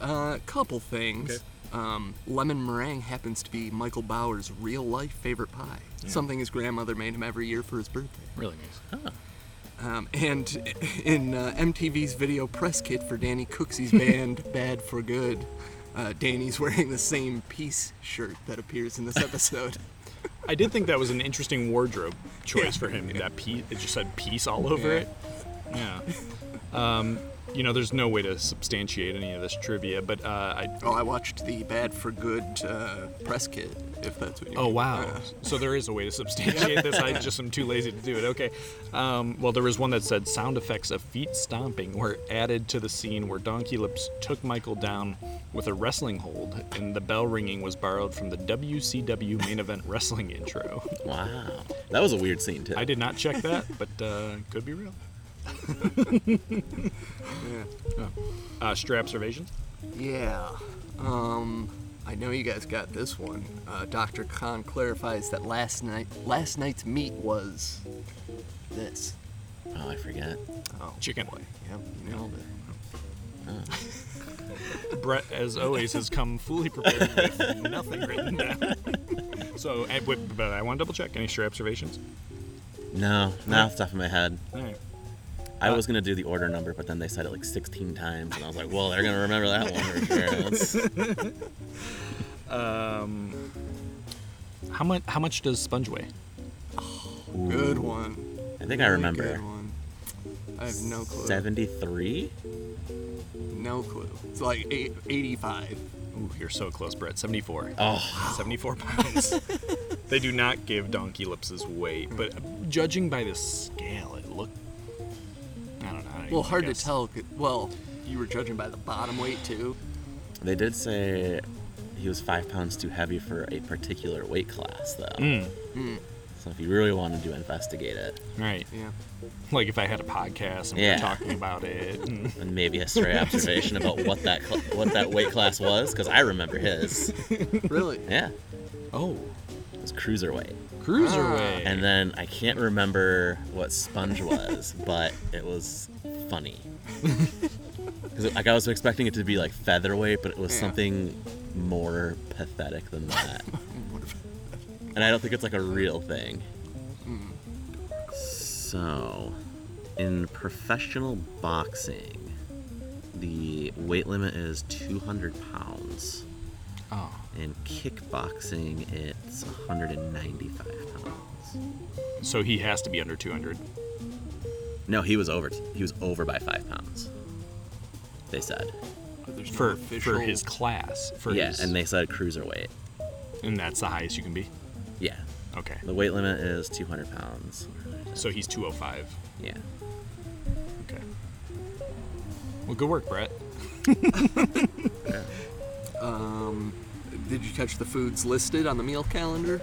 Speaker 6: Uh, couple things. Um, lemon meringue happens to be Michael Bauer's real life favorite pie.
Speaker 5: Yeah.
Speaker 6: Something his grandmother made him every year for his birthday.
Speaker 5: Really nice.
Speaker 6: Um, and in uh, MTV's video press kit for Danny Cooksey's band Bad for Good, uh, Danny's wearing the same peace shirt that appears in this episode.
Speaker 5: I did think that was an interesting wardrobe choice for him. That piece, it just said peace all over
Speaker 6: Yeah.
Speaker 5: it. Yeah. Um, you know, there's no way to substantiate any of this trivia, but uh, I.
Speaker 6: Oh, I watched the Bad for Good uh, press kit, if that's what you
Speaker 5: Oh
Speaker 6: mean.
Speaker 5: wow!
Speaker 6: Uh,
Speaker 5: So there is a way to substantiate this. I just am too lazy to do it. Okay. Um, well, there was one that said sound effects of feet stomping were added to the scene where Donkey Lips took Michael down with a wrestling hold, and the bell ringing was borrowed from the WCW main event wrestling intro.
Speaker 7: Wow. That was a weird scene, too.
Speaker 5: I did not check that, but uh, could be real. Oh. Uh, Strapservation?
Speaker 6: Yeah. Um, I know you guys got this one. Uh, Dr. Khan clarifies that last night last night's meat was this.
Speaker 7: Oh, I forget.
Speaker 6: Oh,
Speaker 5: Chicken.
Speaker 6: Yep, you nailed it.
Speaker 5: Brett, as always, has come fully prepared with nothing written down. So, eh, wait, but I want to double check. Any straight observations?
Speaker 7: No, not off the top of my head.
Speaker 5: All right. Uh,
Speaker 7: I was gonna do the order number, but then they said it like 16 times, and I was like, "Well, they're gonna remember that one for sure." That's-
Speaker 5: Um, how much? How much does sponge weigh?
Speaker 6: Good one.
Speaker 7: I think I
Speaker 6: Really
Speaker 7: remember.
Speaker 6: Good one. I have no clue.
Speaker 7: 73.
Speaker 6: No clue. It's like eight, 85.
Speaker 5: Ooh, you're so close, Brett. 74.
Speaker 7: Oh.
Speaker 5: 74 pounds. They do not give Donkey Lips' weight, but uh, judging by the scale, it looked. I don't know. I don't
Speaker 6: Well,
Speaker 5: even
Speaker 6: hard to
Speaker 5: guess.
Speaker 6: tell. 'cause- Well, you were judging by the bottom weight too.
Speaker 7: They did say he was five pounds too heavy for a particular weight class, though.
Speaker 5: Mm. Mm.
Speaker 7: So if you really wanted to investigate it,
Speaker 5: Right. Yeah. Like if I had a podcast and we
Speaker 7: Yeah.
Speaker 5: were talking about it. And...
Speaker 7: and maybe a stray observation about what that cl- what that weight class was, because I remember his.
Speaker 6: Really?
Speaker 7: Yeah.
Speaker 5: Oh.
Speaker 7: It was cruiserweight.
Speaker 5: Cruiserweight.
Speaker 7: And then I can't remember what sponge was, but it was funny. 'Cause, like I was expecting it to be like featherweight, but it was
Speaker 6: Yeah.
Speaker 7: something more pathetic than that. and I don't think it's like a real thing.
Speaker 6: Mm.
Speaker 7: So, in professional boxing, the weight limit is 200 pounds.
Speaker 5: Oh.
Speaker 7: In kickboxing, it's 195 pounds.
Speaker 5: So he has to be under 200.
Speaker 7: No, he was over. He was over by five pounds. They said.
Speaker 6: There's
Speaker 5: For- for his class. For
Speaker 7: yeah,
Speaker 5: his...
Speaker 7: and they said cruiserweight.
Speaker 5: And that's the highest you can be?
Speaker 7: Yeah.
Speaker 5: Okay.
Speaker 7: The weight limit is 200 pounds.
Speaker 5: So he's 205.
Speaker 7: Yeah.
Speaker 5: Okay. Well, good work, Brett.
Speaker 6: Um, did you catch the foods listed on the meal calendar?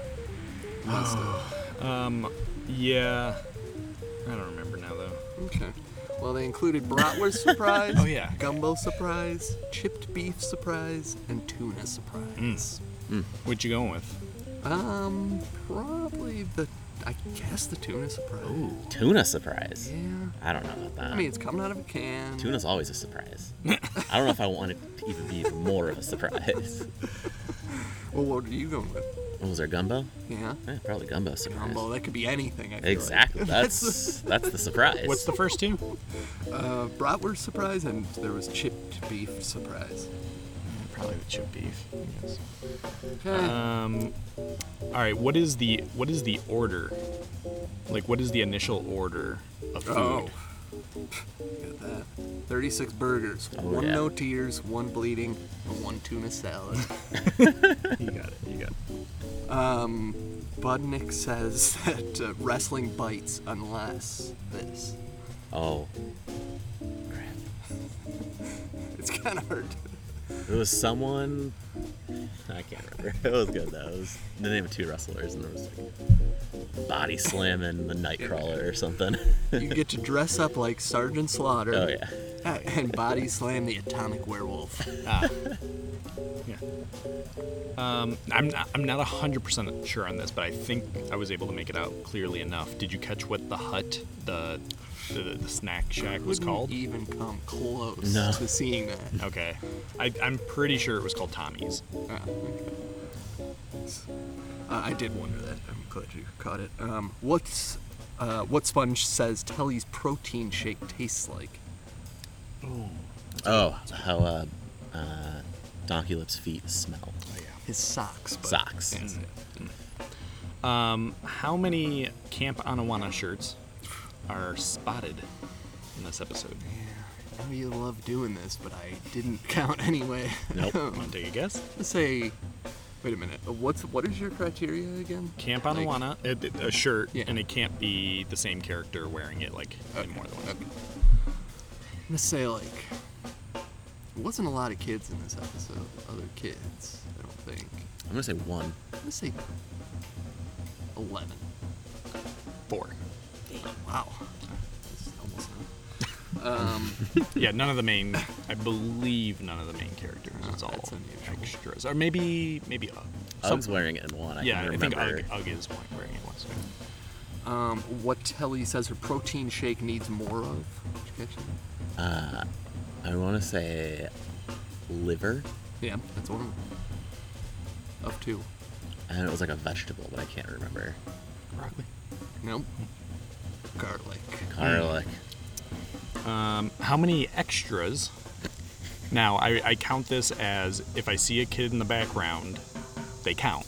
Speaker 6: Must have.
Speaker 5: um, yeah. I don't remember now, though.
Speaker 6: Okay. Well, they included bratwurst surprise,
Speaker 5: Oh, yeah.
Speaker 6: gumbo surprise, chipped beef surprise, and tuna surprise.
Speaker 5: What you going with?
Speaker 6: Um, probably the, I guess the tuna surprise.
Speaker 7: Tuna surprise.
Speaker 6: Yeah.
Speaker 7: I don't know about that.
Speaker 6: I mean, it's coming out of a can.
Speaker 7: Tuna's always a surprise. I don't know if I want it to even be even more of a surprise.
Speaker 6: Well, what are you going with?
Speaker 7: What was there, gumbo?
Speaker 6: Yeah.
Speaker 7: Yeah, probably gumbo surprise.
Speaker 6: Gumbo. That could be anything. I feel like.
Speaker 7: Exactly. That's that's the surprise.
Speaker 5: What's the first two?
Speaker 6: Uh, bratwurst surprise, and there was chipped beef surprise.
Speaker 5: Probably the chipped beef. Yes. Uh,
Speaker 6: Okay.
Speaker 5: Um, all right. What is the what is the order? Like, what is the initial order of food?
Speaker 6: Oh. Got that. 36 burgers,
Speaker 5: Oh,
Speaker 6: one
Speaker 5: yeah.
Speaker 6: no tears, one bleeding, and one tuna salad.
Speaker 5: you got it. You got it.
Speaker 6: Um, Budnick says that uh, wrestling bites unless this.
Speaker 7: Oh,
Speaker 6: It's kind of hard. to-
Speaker 7: it was someone. I can't remember. It was good though. It was the name of two wrestlers, and there was like body slam and the nightcrawler or something.
Speaker 6: You get to dress up like Sergeant Slaughter.
Speaker 7: Oh, yeah.
Speaker 6: uh, And body slam the atomic werewolf.
Speaker 5: Ah. Yeah. Um, I'm not, I'm not hundred percent sure on this, but I think I was able to make it out clearly enough. Did you catch what the hut, the the, the snack shack was
Speaker 6: Couldn't
Speaker 5: called?
Speaker 6: Even come close
Speaker 5: No.
Speaker 6: to seeing that. Oh,
Speaker 5: Okay. I, I'm pretty sure it was called Tommy's.
Speaker 6: Uh, I did wonder that. I'm glad you caught it. Um, what's uh, what sponge says Telly's protein shake tastes like?
Speaker 5: Oh,
Speaker 7: Oh, how uh, uh, Donkey Lips' feet smell.
Speaker 5: Oh,
Speaker 6: His socks. But
Speaker 7: Socks.
Speaker 6: That's it.
Speaker 5: Um, how many Camp Anawana shirts are spotted in this episode?
Speaker 6: I know you love doing this, but I didn't count anyway.
Speaker 5: Nope. Want to take a guess?
Speaker 6: Let's say. Wait a minute. uh, What's what is your criteria again?
Speaker 5: Camp
Speaker 6: Like-
Speaker 5: Anawana, a, a shirt, and it can't be the same character wearing it like in more than one.
Speaker 6: I'm gonna say like. There wasn't a lot of kids in this episode. Other kids, I don't think.
Speaker 7: I'm gonna say one.
Speaker 6: I'm gonna say. Eleven.
Speaker 5: Four.
Speaker 6: Wow. That's almost not. Um.
Speaker 5: yeah, none of the main. I believe none of the main characters. it's all extras, or maybe maybe Ugg.
Speaker 7: Ugg's wearing it in one. I
Speaker 5: yeah,
Speaker 7: can
Speaker 5: I think
Speaker 7: remember.
Speaker 5: Ugg, Ugg is one wearing it once.
Speaker 6: Um, what Telly says her protein shake needs more of. Did you catch that?
Speaker 7: Uh, I want to say liver,
Speaker 6: Yeah, that's one of them. Of two.
Speaker 7: and it was like a vegetable, but I can't remember.
Speaker 5: Broccoli.
Speaker 6: Nope. Garlic.
Speaker 5: Hmm.
Speaker 7: Garlic.
Speaker 5: Um, how many extras? Now, I, I count this as if I see a kid in the background, they count.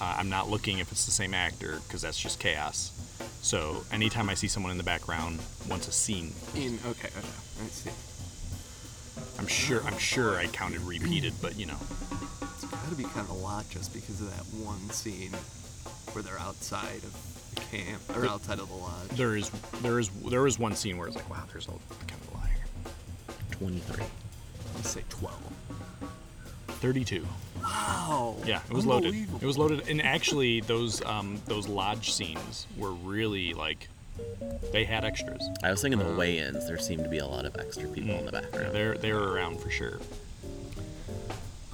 Speaker 5: Uh, I'm not looking if it's the same actor because that's just chaos. So anytime I see someone in the background, once a scene,
Speaker 6: In okay, okay. I see.
Speaker 5: I'm sure I'm sure I counted repeated, but you know,
Speaker 6: It's gotta be kind of a lot just because of that one scene. where they're outside of the camp or
Speaker 5: There-
Speaker 6: outside of the lodge.
Speaker 5: There is there is there is one scene where it's like, wow, there's no kind of a liar.
Speaker 7: Twenty-three.
Speaker 5: Let's say twelve. Thirty-two.
Speaker 6: Wow.
Speaker 5: Yeah, it was loaded. It was loaded, and actually, those um, those lodge scenes were really like they had extras.
Speaker 7: I was
Speaker 5: Uh.
Speaker 7: thinking the weigh-ins. There seemed to be a lot of extra people in the background.
Speaker 5: they're they're around for sure.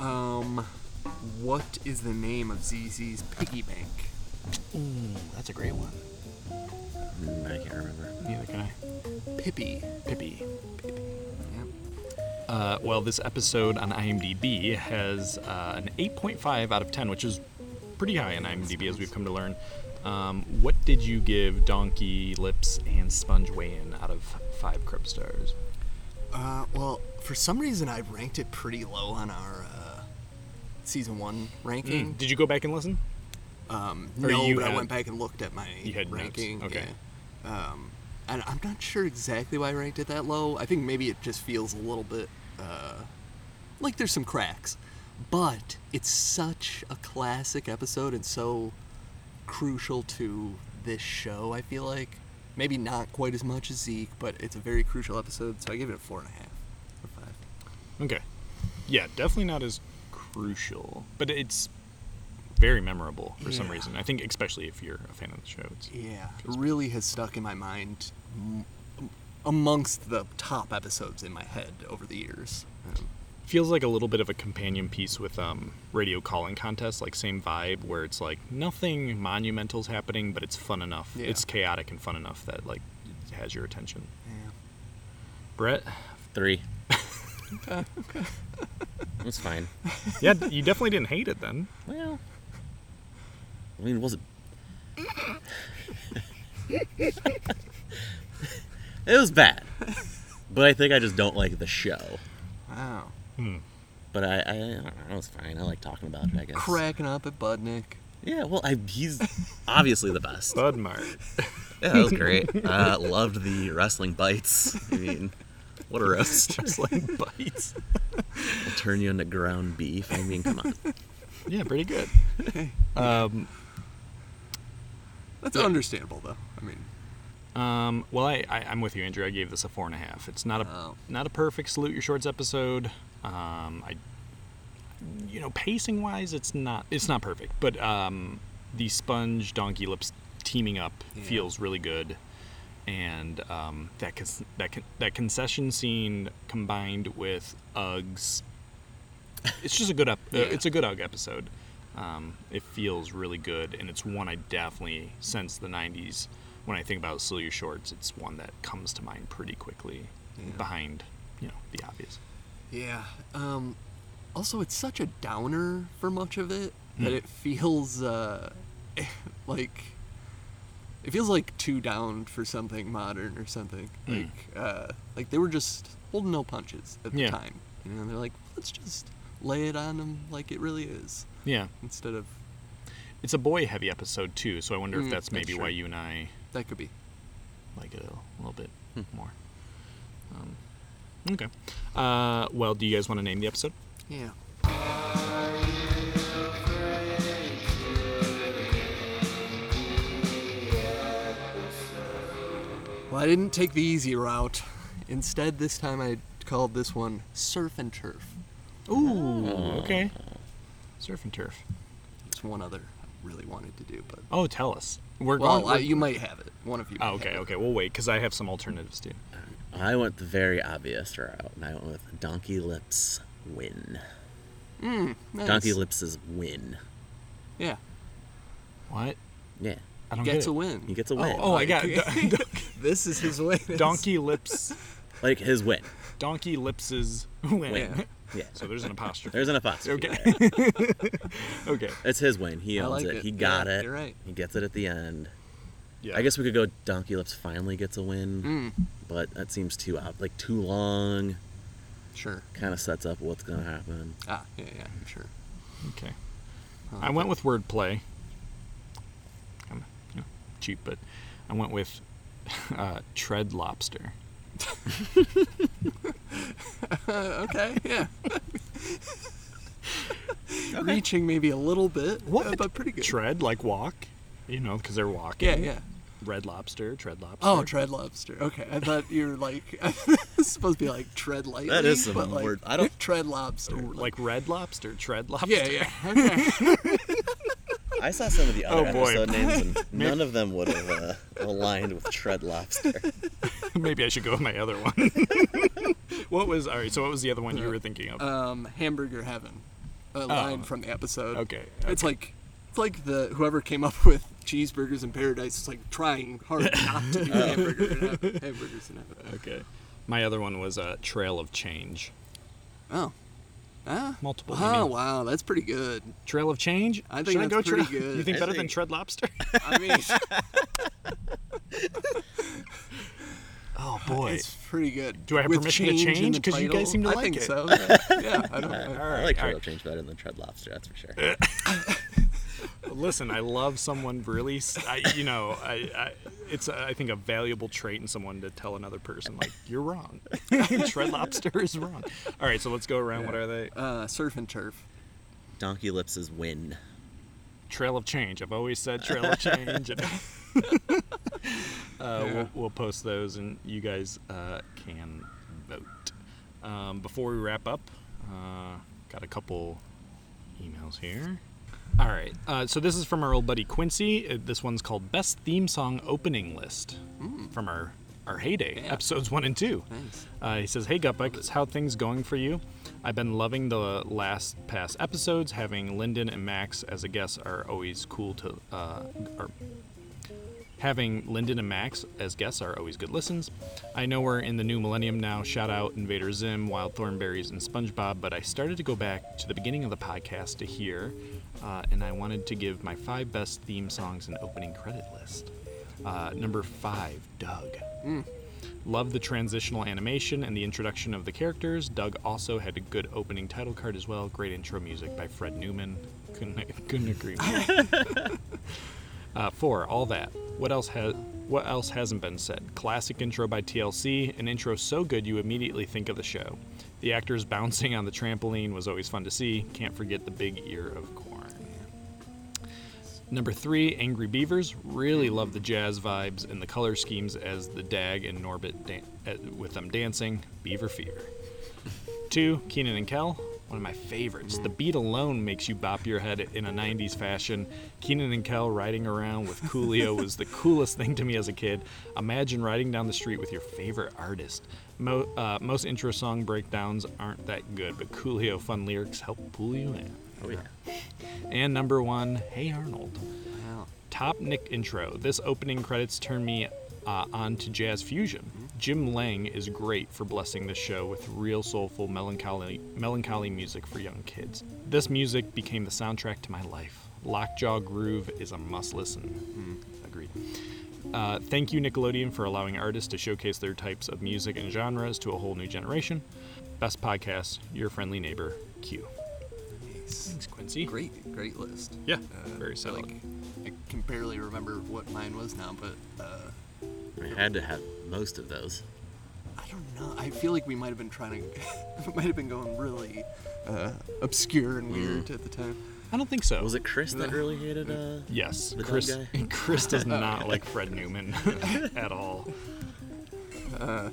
Speaker 6: Um, what is the name of ZZ's piggy bank?
Speaker 5: Ooh, that's a great one.
Speaker 7: Mm, I can't remember.
Speaker 5: Neither can I.
Speaker 6: Pippi.
Speaker 5: Pippi. Uh, well, this episode on IMDb has uh, an 8.5 out of 10, which is pretty high on IMDb, as we've come to learn. Um, what did you give Donkey Lips and Sponge Weigh-In out of five Crip stars?
Speaker 6: Uh, well, for some reason I ranked it pretty low on our uh, season one ranking.
Speaker 5: Mm, Did you go back and listen?
Speaker 6: Um,
Speaker 5: Or
Speaker 6: no,
Speaker 5: you
Speaker 6: but
Speaker 5: had-
Speaker 6: I went back and looked at my
Speaker 5: You had notes,
Speaker 6: ranking.
Speaker 5: okay.
Speaker 6: yeah. Um, and I'm not sure exactly why I ranked it that low. I think maybe it just feels a little bit uh, like there's some cracks, but it's such a classic episode and so crucial to this show. I feel like maybe not quite as much as Zeke, but it's a very crucial episode. So I give it a four and a half or five.
Speaker 5: Okay. Yeah, definitely not as crucial, but it's very memorable for some
Speaker 6: Yeah.
Speaker 5: reason. I think, especially if you're a fan of the show. It's,
Speaker 6: Yeah, it really has stuck in my mind m- amongst the top episodes in my head over the years. Um,
Speaker 5: feels like a little bit of a companion piece with um, radio calling contest like same vibe where it's like nothing monumental's happening but it's fun enough
Speaker 6: Yeah.
Speaker 5: it's chaotic and fun enough that like it has your attention
Speaker 6: yeah.
Speaker 5: brett
Speaker 7: three
Speaker 6: Okay, okay.
Speaker 7: It's fine.
Speaker 5: yeah you definitely didn't hate it then
Speaker 7: well I mean, was it? It was bad, but I think I just don't like the show.
Speaker 6: Wow.
Speaker 5: Hmm.
Speaker 7: But I, I, I don't know. It was fine. I like talking about it. I guess.
Speaker 6: Cracking up at Budnick.
Speaker 7: Yeah, well, I, he's obviously the best.
Speaker 5: Bud Mart.
Speaker 7: Yeah, that was great. Uh, loved the wrestling bites. I mean, what a roast.
Speaker 5: Wrestling bites.
Speaker 7: I'll turn you into ground beef. I mean, come on.
Speaker 5: yeah pretty good um,
Speaker 6: That's understandable, though. I mean,
Speaker 5: um, well I, I, i'm with you andrew i gave this a four and a half it's not a
Speaker 6: Oh.
Speaker 5: not a perfect salute your shorts episode um, i you know, pacing wise, it's not it's not perfect, but um, the Sponge Donkey Lips teaming up
Speaker 6: Yeah.
Speaker 5: feels really good, and um, that cons- that con- that concession scene combined with Uggs, it's just a good up uh,
Speaker 6: Yeah.
Speaker 5: it's a good Ugg episode. Um, it feels really good, and it's one I definitely since the '90s. When I think about Seal Your Shorts, it's one that comes to mind pretty quickly, behind you know the obvious.
Speaker 6: yeah. Um, also, it's such a downer for much of it that it feels uh, like it feels like too down for something modern or something.
Speaker 5: Mm.
Speaker 6: Like, uh, like they were just holding no punches at the
Speaker 5: Yeah.
Speaker 6: time. You know, they're like, let's just lay it on them like it really is.
Speaker 5: Yeah.
Speaker 6: Instead of
Speaker 5: It's a boy heavy episode too, so I wonder if
Speaker 6: Mm,
Speaker 5: that's
Speaker 6: that's
Speaker 5: maybe why
Speaker 6: true.
Speaker 5: you and I
Speaker 6: that could be.
Speaker 5: like it a little bit
Speaker 6: Hmm.
Speaker 5: more. Um, okay. Uh, well, do you guys want to name the episode?
Speaker 6: Yeah. Well, I didn't take the easy route. Instead, this time I called this one Surf and Turf.
Speaker 5: Ooh,
Speaker 6: Oh.
Speaker 5: okay. Surf and turf.
Speaker 6: It's one other I really wanted to do, but
Speaker 5: Oh, tell us. We're
Speaker 6: well,
Speaker 5: going.
Speaker 6: I- you might have it. One of you.
Speaker 5: Oh, okay, okay. We'll wait because I have some alternatives too.
Speaker 7: I went the very obvious route, and I went with Donkey Lips win.
Speaker 6: Mm, nice.
Speaker 7: Donkey Lips' win.
Speaker 6: Yeah.
Speaker 5: What?
Speaker 7: Yeah.
Speaker 5: I don't get
Speaker 6: Gets
Speaker 5: it.
Speaker 6: a win.
Speaker 7: He gets a win.
Speaker 5: Oh, I got
Speaker 6: Okay. this is his win.
Speaker 5: donkey lips.
Speaker 7: Like his win.
Speaker 5: Donkey lipses win.
Speaker 7: Win. Yeah.
Speaker 5: So there's an apostrophe.
Speaker 7: There's an apostrophe.
Speaker 5: Okay.
Speaker 7: there.
Speaker 5: okay.
Speaker 7: It's his win. He
Speaker 5: I like
Speaker 7: owns it.
Speaker 5: it.
Speaker 7: He
Speaker 5: Yeah,
Speaker 7: got it.
Speaker 5: you're right.
Speaker 7: He gets it at the end.
Speaker 5: Yeah.
Speaker 7: I guess we could go Donkey Lips finally gets a win,
Speaker 5: Mm.
Speaker 7: but that seems too out like too long.
Speaker 6: Sure.
Speaker 7: Kind of sets up what's gonna happen.
Speaker 6: Ah, yeah, yeah, sure.
Speaker 5: Okay.
Speaker 6: I
Speaker 5: I
Speaker 6: like
Speaker 5: went with wordplay. I'm you know, cheap, but I went with uh, tread lobster.
Speaker 6: Uh, okay, yeah. Reaching maybe a little bit, what? but pretty good.
Speaker 5: Tread like walk. you know, because they're walking.
Speaker 6: Yeah, yeah.
Speaker 5: Red Lobster, Tread Lobster.
Speaker 6: Oh, Tread Lobster. Okay, I thought you were like it's supposed to be like Tread Lightly.
Speaker 5: That is some
Speaker 6: but, like,
Speaker 5: word- I don't-
Speaker 6: Tread Lobster.
Speaker 5: Like Red Lobster, Tread Lobster.
Speaker 6: Yeah, yeah. Okay.
Speaker 7: I saw some of the other
Speaker 5: Oh, boy.
Speaker 7: episode names, and
Speaker 5: Maybe-
Speaker 7: none of them would have uh, aligned with Tread Lobster.
Speaker 5: Maybe I should go with my other one. what was all right? So what was the other
Speaker 7: Uh,
Speaker 5: one you were thinking of?
Speaker 6: um, hamburger heaven, a line from the episode.
Speaker 5: Okay,
Speaker 6: It's like it's like the whoever came up with cheeseburgers in paradise is like trying hard not to do
Speaker 5: Oh.
Speaker 6: hamburger in heaven, hamburgers in heaven.
Speaker 5: Okay. My other one was uh, Trail of Change.
Speaker 6: Oh. Ah.
Speaker 5: Multiple.
Speaker 6: Oh
Speaker 5: meaning.
Speaker 6: wow, that's pretty good.
Speaker 5: Trail of Change.
Speaker 6: I think
Speaker 5: Should I
Speaker 6: that's
Speaker 5: go
Speaker 6: pretty
Speaker 5: Trail-
Speaker 6: good.
Speaker 5: You think I better than think- Tread Lobster?
Speaker 6: I mean,
Speaker 5: Oh boy.
Speaker 6: it's pretty good.
Speaker 5: Do I have
Speaker 6: With
Speaker 5: permission to
Speaker 6: in
Speaker 5: change?
Speaker 6: the
Speaker 5: 'Cause you
Speaker 6: title,
Speaker 5: guys seem to
Speaker 6: I
Speaker 5: like
Speaker 6: think
Speaker 5: it.
Speaker 6: So. yeah, I don't.
Speaker 7: I like Trail of Change better than Tread Lobster, that's for sure.
Speaker 5: Listen, I love someone really. s- I, you know, I, I, it's I think a valuable trait in someone to tell another person like you're wrong. Tread Lobster is wrong. All right, so let's go around. What are they?
Speaker 6: Uh, surf and turf.
Speaker 7: Donkey Lips's win.
Speaker 5: Trail of Change. I've always said Trail of Change. and- uh, we'll, we'll post those, and you guys uh, can vote. Um, before we wrap up, uh, got a couple emails here. All right. Uh, so this is from our old buddy Quincy. Uh, this one's called Best Theme Song Opening List from our our heyday episodes one and two. Uh, he says, "Hey Gutbuck, how things going for you? I've been loving the last past episodes. Having Lyndon and Max as a guest are always cool to uh, are Having Lyndon and Max as guests are always good listens. I know we're in the new millennium now. Shout out Invader Zim, Wild Thornberries, and SpongeBob. But I started to go back to the beginning of the podcast to hear, uh, and I wanted to give my five best theme songs and opening credit list. Uh, number five, Doug. Love the transitional animation and the introduction of the characters. Doug also had a good opening title card as well. Great intro music by Fred Newman. Couldn't, couldn't agree more. Uh, four, all that. What else has what else hasn't been said? Classic intro by TLC, an intro so good you immediately think of the show. The actors bouncing on the trampoline was always fun to see. Can't forget the big ear of corn. Number three, Angry Beavers. Really love the jazz vibes and the color schemes as the Dag and Norbit dan- uh, with them dancing. Beaver Fever. Two, Keenan and Kel. One of my favorites. The beat alone makes you bop your head in a 90s fashion. Keenan and Kel riding around with Coolio was the coolest thing to me as a kid. Imagine riding down the street with your favorite artist. Mo- uh, most intro song breakdowns aren't that good, but Coolio fun lyrics help pull you in. Oh, yeah. And number one, Hey Arnold. Top Nick intro. This opening credits turn me uh, on to jazz fusion.
Speaker 7: Mm-hmm.
Speaker 5: Jim Lang is great for blessing this show with real soulful melancholy melancholy music for young kids. This music became the soundtrack to my life. Lockjaw Groove is a must listen.
Speaker 7: Mm-hmm.
Speaker 5: Agreed. Uh, thank you, Nickelodeon, for allowing artists to showcase their types of music and genres to a whole new generation. Best podcast, your friendly neighbor, Q. Thanks, Quincy.
Speaker 6: Great, great list. Uh,
Speaker 5: Yeah, very solid.
Speaker 6: I can barely remember what mine was now, but uh,
Speaker 7: I had to have most of those.
Speaker 6: no, I feel like we might have been trying to, might have been going really uh, obscure and
Speaker 5: Mm.
Speaker 6: weird at the time.
Speaker 5: I don't think so.
Speaker 7: Was it Chris that really hated? Uh,
Speaker 5: Yes,
Speaker 7: the dog
Speaker 5: Chris.
Speaker 7: guy?
Speaker 5: Chris does not like Fred Newman at all.
Speaker 6: Uh,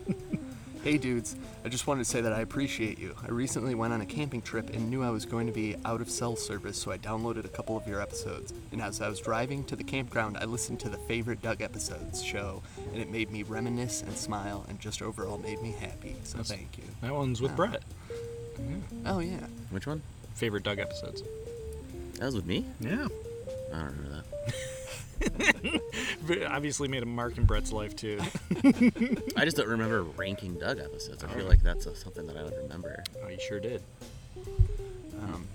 Speaker 6: hey dudes, I just wanted to say that I appreciate you. I recently went on a camping trip and knew I was going to be out of cell service, so I downloaded a couple of your episodes. And as I was driving to the campground, I listened to the favorite Doug episodes show, and it made me reminisce and smile, and just overall made me happy. So
Speaker 5: That's-
Speaker 6: thank you.
Speaker 5: That one's with
Speaker 6: Oh.
Speaker 5: Brett.
Speaker 6: Oh yeah.
Speaker 7: Which one?
Speaker 5: Favorite Doug episodes.
Speaker 7: That was with me?
Speaker 5: Yeah.
Speaker 7: I don't remember
Speaker 5: Obviously made a mark in Brett's life too.
Speaker 7: that. I just don't remember ranking Doug episodes. I feel
Speaker 5: Oh.
Speaker 7: like that's uh, something that I would remember.
Speaker 5: Oh, you sure did.
Speaker 6: Um,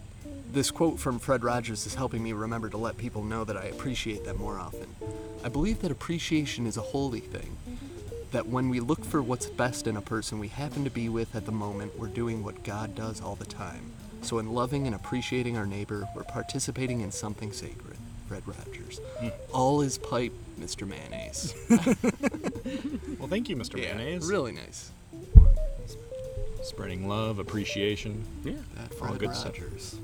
Speaker 6: this quote from Fred Rogers is helping me remember to let people know that I appreciate them more often. I believe that appreciation is a holy thing. That when we look for what's best in a person we happen to be with at the moment, we're doing what God does all the time. So, in loving and appreciating our neighbor, we're participating in something sacred. Fred Rogers.
Speaker 5: Hmm.
Speaker 6: All is pipe, Mr. Mayonnaise.
Speaker 5: Well, thank you, Mr.
Speaker 6: Yeah,
Speaker 5: Mayonnaise.
Speaker 6: Really nice.
Speaker 5: Spreading love, appreciation. Yeah,
Speaker 6: That
Speaker 5: all
Speaker 6: Fred
Speaker 5: good stuff.
Speaker 6: Rogers.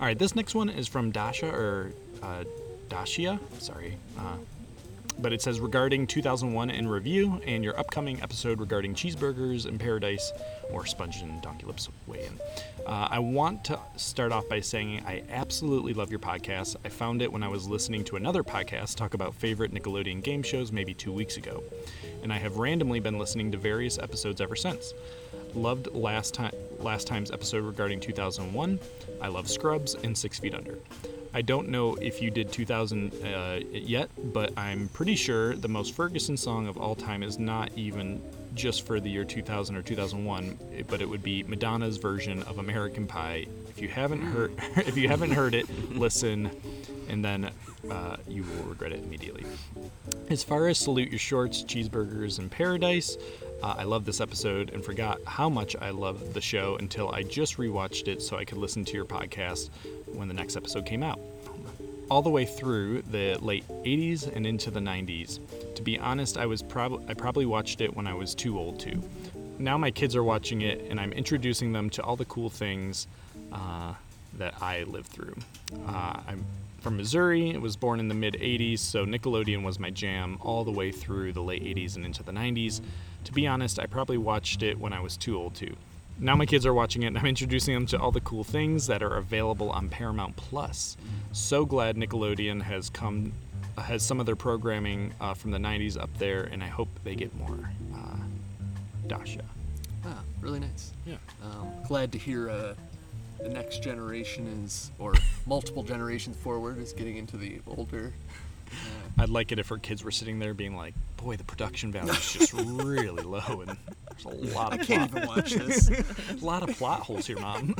Speaker 5: All right, this next one is from Dasha or uh, Dacia. Sorry. Uh, but it says regarding 2001 in review and your upcoming episode regarding cheeseburgers in paradise or sponge and donkey lips weigh in uh, i want to start off by saying i absolutely love your podcast i found it when i was listening to another podcast talk about favorite nickelodeon game shows maybe two weeks ago and i have randomly been listening to various episodes ever since loved last time last time's episode regarding 2001 i love scrubs and six feet under I don't know if you did 2000 uh, yet, but I'm pretty sure the most Ferguson song of all time is not even just for the year 2000 or 2001, but it would be Madonna's version of American Pie. If you haven't heard, if you haven't heard it, listen, and then uh, you will regret it immediately. As far as salute your shorts, cheeseburgers, and paradise, uh, I love this episode and forgot how much I loved the show until I just rewatched it so I could listen to your podcast when the next episode came out. All the way through the late 80s and into the 90s. To be honest, I was probably I probably watched it when I was too old to. Now my kids are watching it and I'm introducing them to all the cool things uh, that I lived through. Uh, I'm from Missouri. I was born in the mid 80s, so Nickelodeon was my jam all the way through the late 80s and into the 90s. To be honest, I probably watched it when I was too old to. Now my kids are watching it, and I'm introducing them to all the cool things that are available on Paramount Plus. So glad Nickelodeon has come, has some of their programming uh, from the 90s up there, and I hope they get more. Uh, Dasha.
Speaker 6: Ah, really nice.
Speaker 5: Yeah.
Speaker 6: Um, glad to hear uh, the next generation is, or multiple generations forward, is getting into the older.
Speaker 5: I'd like it if her kids were sitting there being like, boy, the production value is just really low, and there's a lot of
Speaker 6: I can't
Speaker 5: plot.
Speaker 6: even watch this.
Speaker 5: a lot of plot holes here, mom.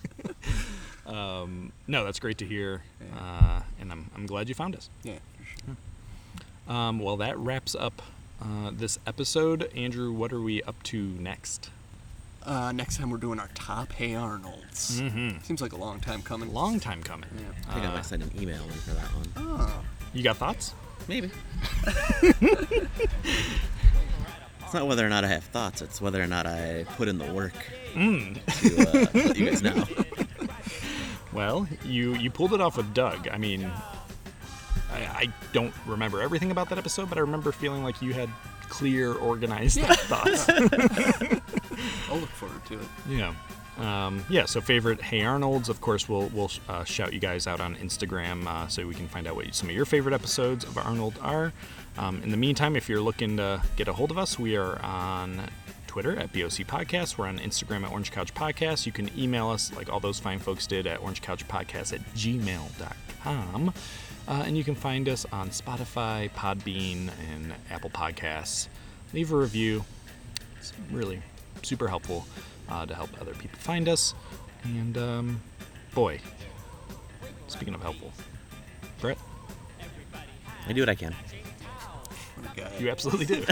Speaker 5: um, no, that's great to hear, uh, and I'm, I'm glad you found us.
Speaker 6: Yeah.
Speaker 5: Um, well, that wraps up uh, this episode. Andrew, what are we up to next?
Speaker 6: Uh, next time we're doing our top Hey Arnolds.
Speaker 5: Mhm.
Speaker 6: Seems like a long time coming.
Speaker 5: Long time coming.
Speaker 6: Yeah.
Speaker 7: I think I might send an email in for that one.
Speaker 6: Oh.
Speaker 5: You got thoughts?
Speaker 7: uh, Maybe. It's not whether or not I have thoughts, it's whether or not I put in the work
Speaker 5: Mm.
Speaker 7: to uh, let you guys know.
Speaker 5: Well, you you pulled it off with Doug. I mean, I, I don't remember everything about that episode, but I remember feeling like you had clear, organized
Speaker 6: Yeah.
Speaker 5: thoughts.
Speaker 6: I'll look forward to it.
Speaker 5: Yeah. Um, yeah. So favorite Hey Arnold's, of course, we'll we'll uh, shout you guys out on Instagram uh, so we can find out what some of your favorite episodes of Arnold are. Um, in the meantime, if you're looking to get a hold of us, we are on Twitter at BOC Podcast. We're on Instagram at Orange Couch Podcast. You can email us like all those fine folks did at orangecouchpodcast at gmail.com. Uh, and you can find us on Spotify, Podbean, and Apple Podcasts. Leave a review. It's really super helpful uh, to help other people find us. And um, boy, speaking of helpful, Brett,
Speaker 7: I do what I can.
Speaker 5: you absolutely do.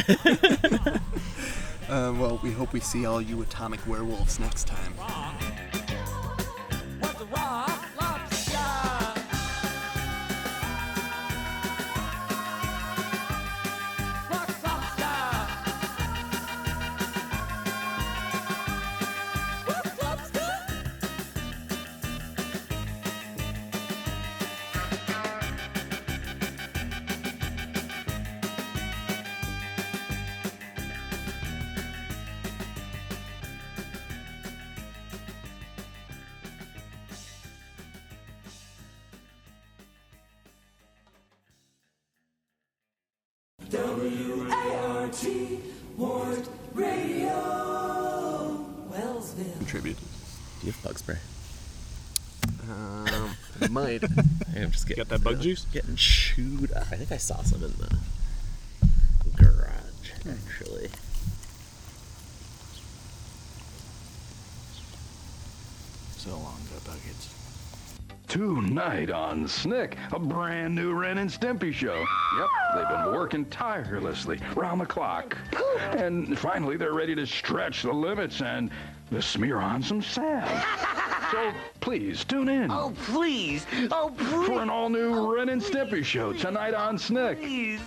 Speaker 6: Uh, well, we hope we see all you atomic werewolves next time.
Speaker 14: WART Ward Radio Wellsville.
Speaker 6: Contribute.
Speaker 7: Do you have bug spray?
Speaker 6: Um, I might.
Speaker 7: I'm just getting,
Speaker 5: got that bug juice?
Speaker 7: Getting chewed up. I think I saw some in the garage, actually.
Speaker 5: So long, the buckets.
Speaker 15: Tonight on Snick, a brand new Ren and Stimpy show. Yep, they've been working tirelessly, round the clock. And finally, they're ready to stretch the limits and the smear on some sand. So please tune in. Oh, please. Oh, please. For an all new Ren and Stimpy show tonight on Snick. Please.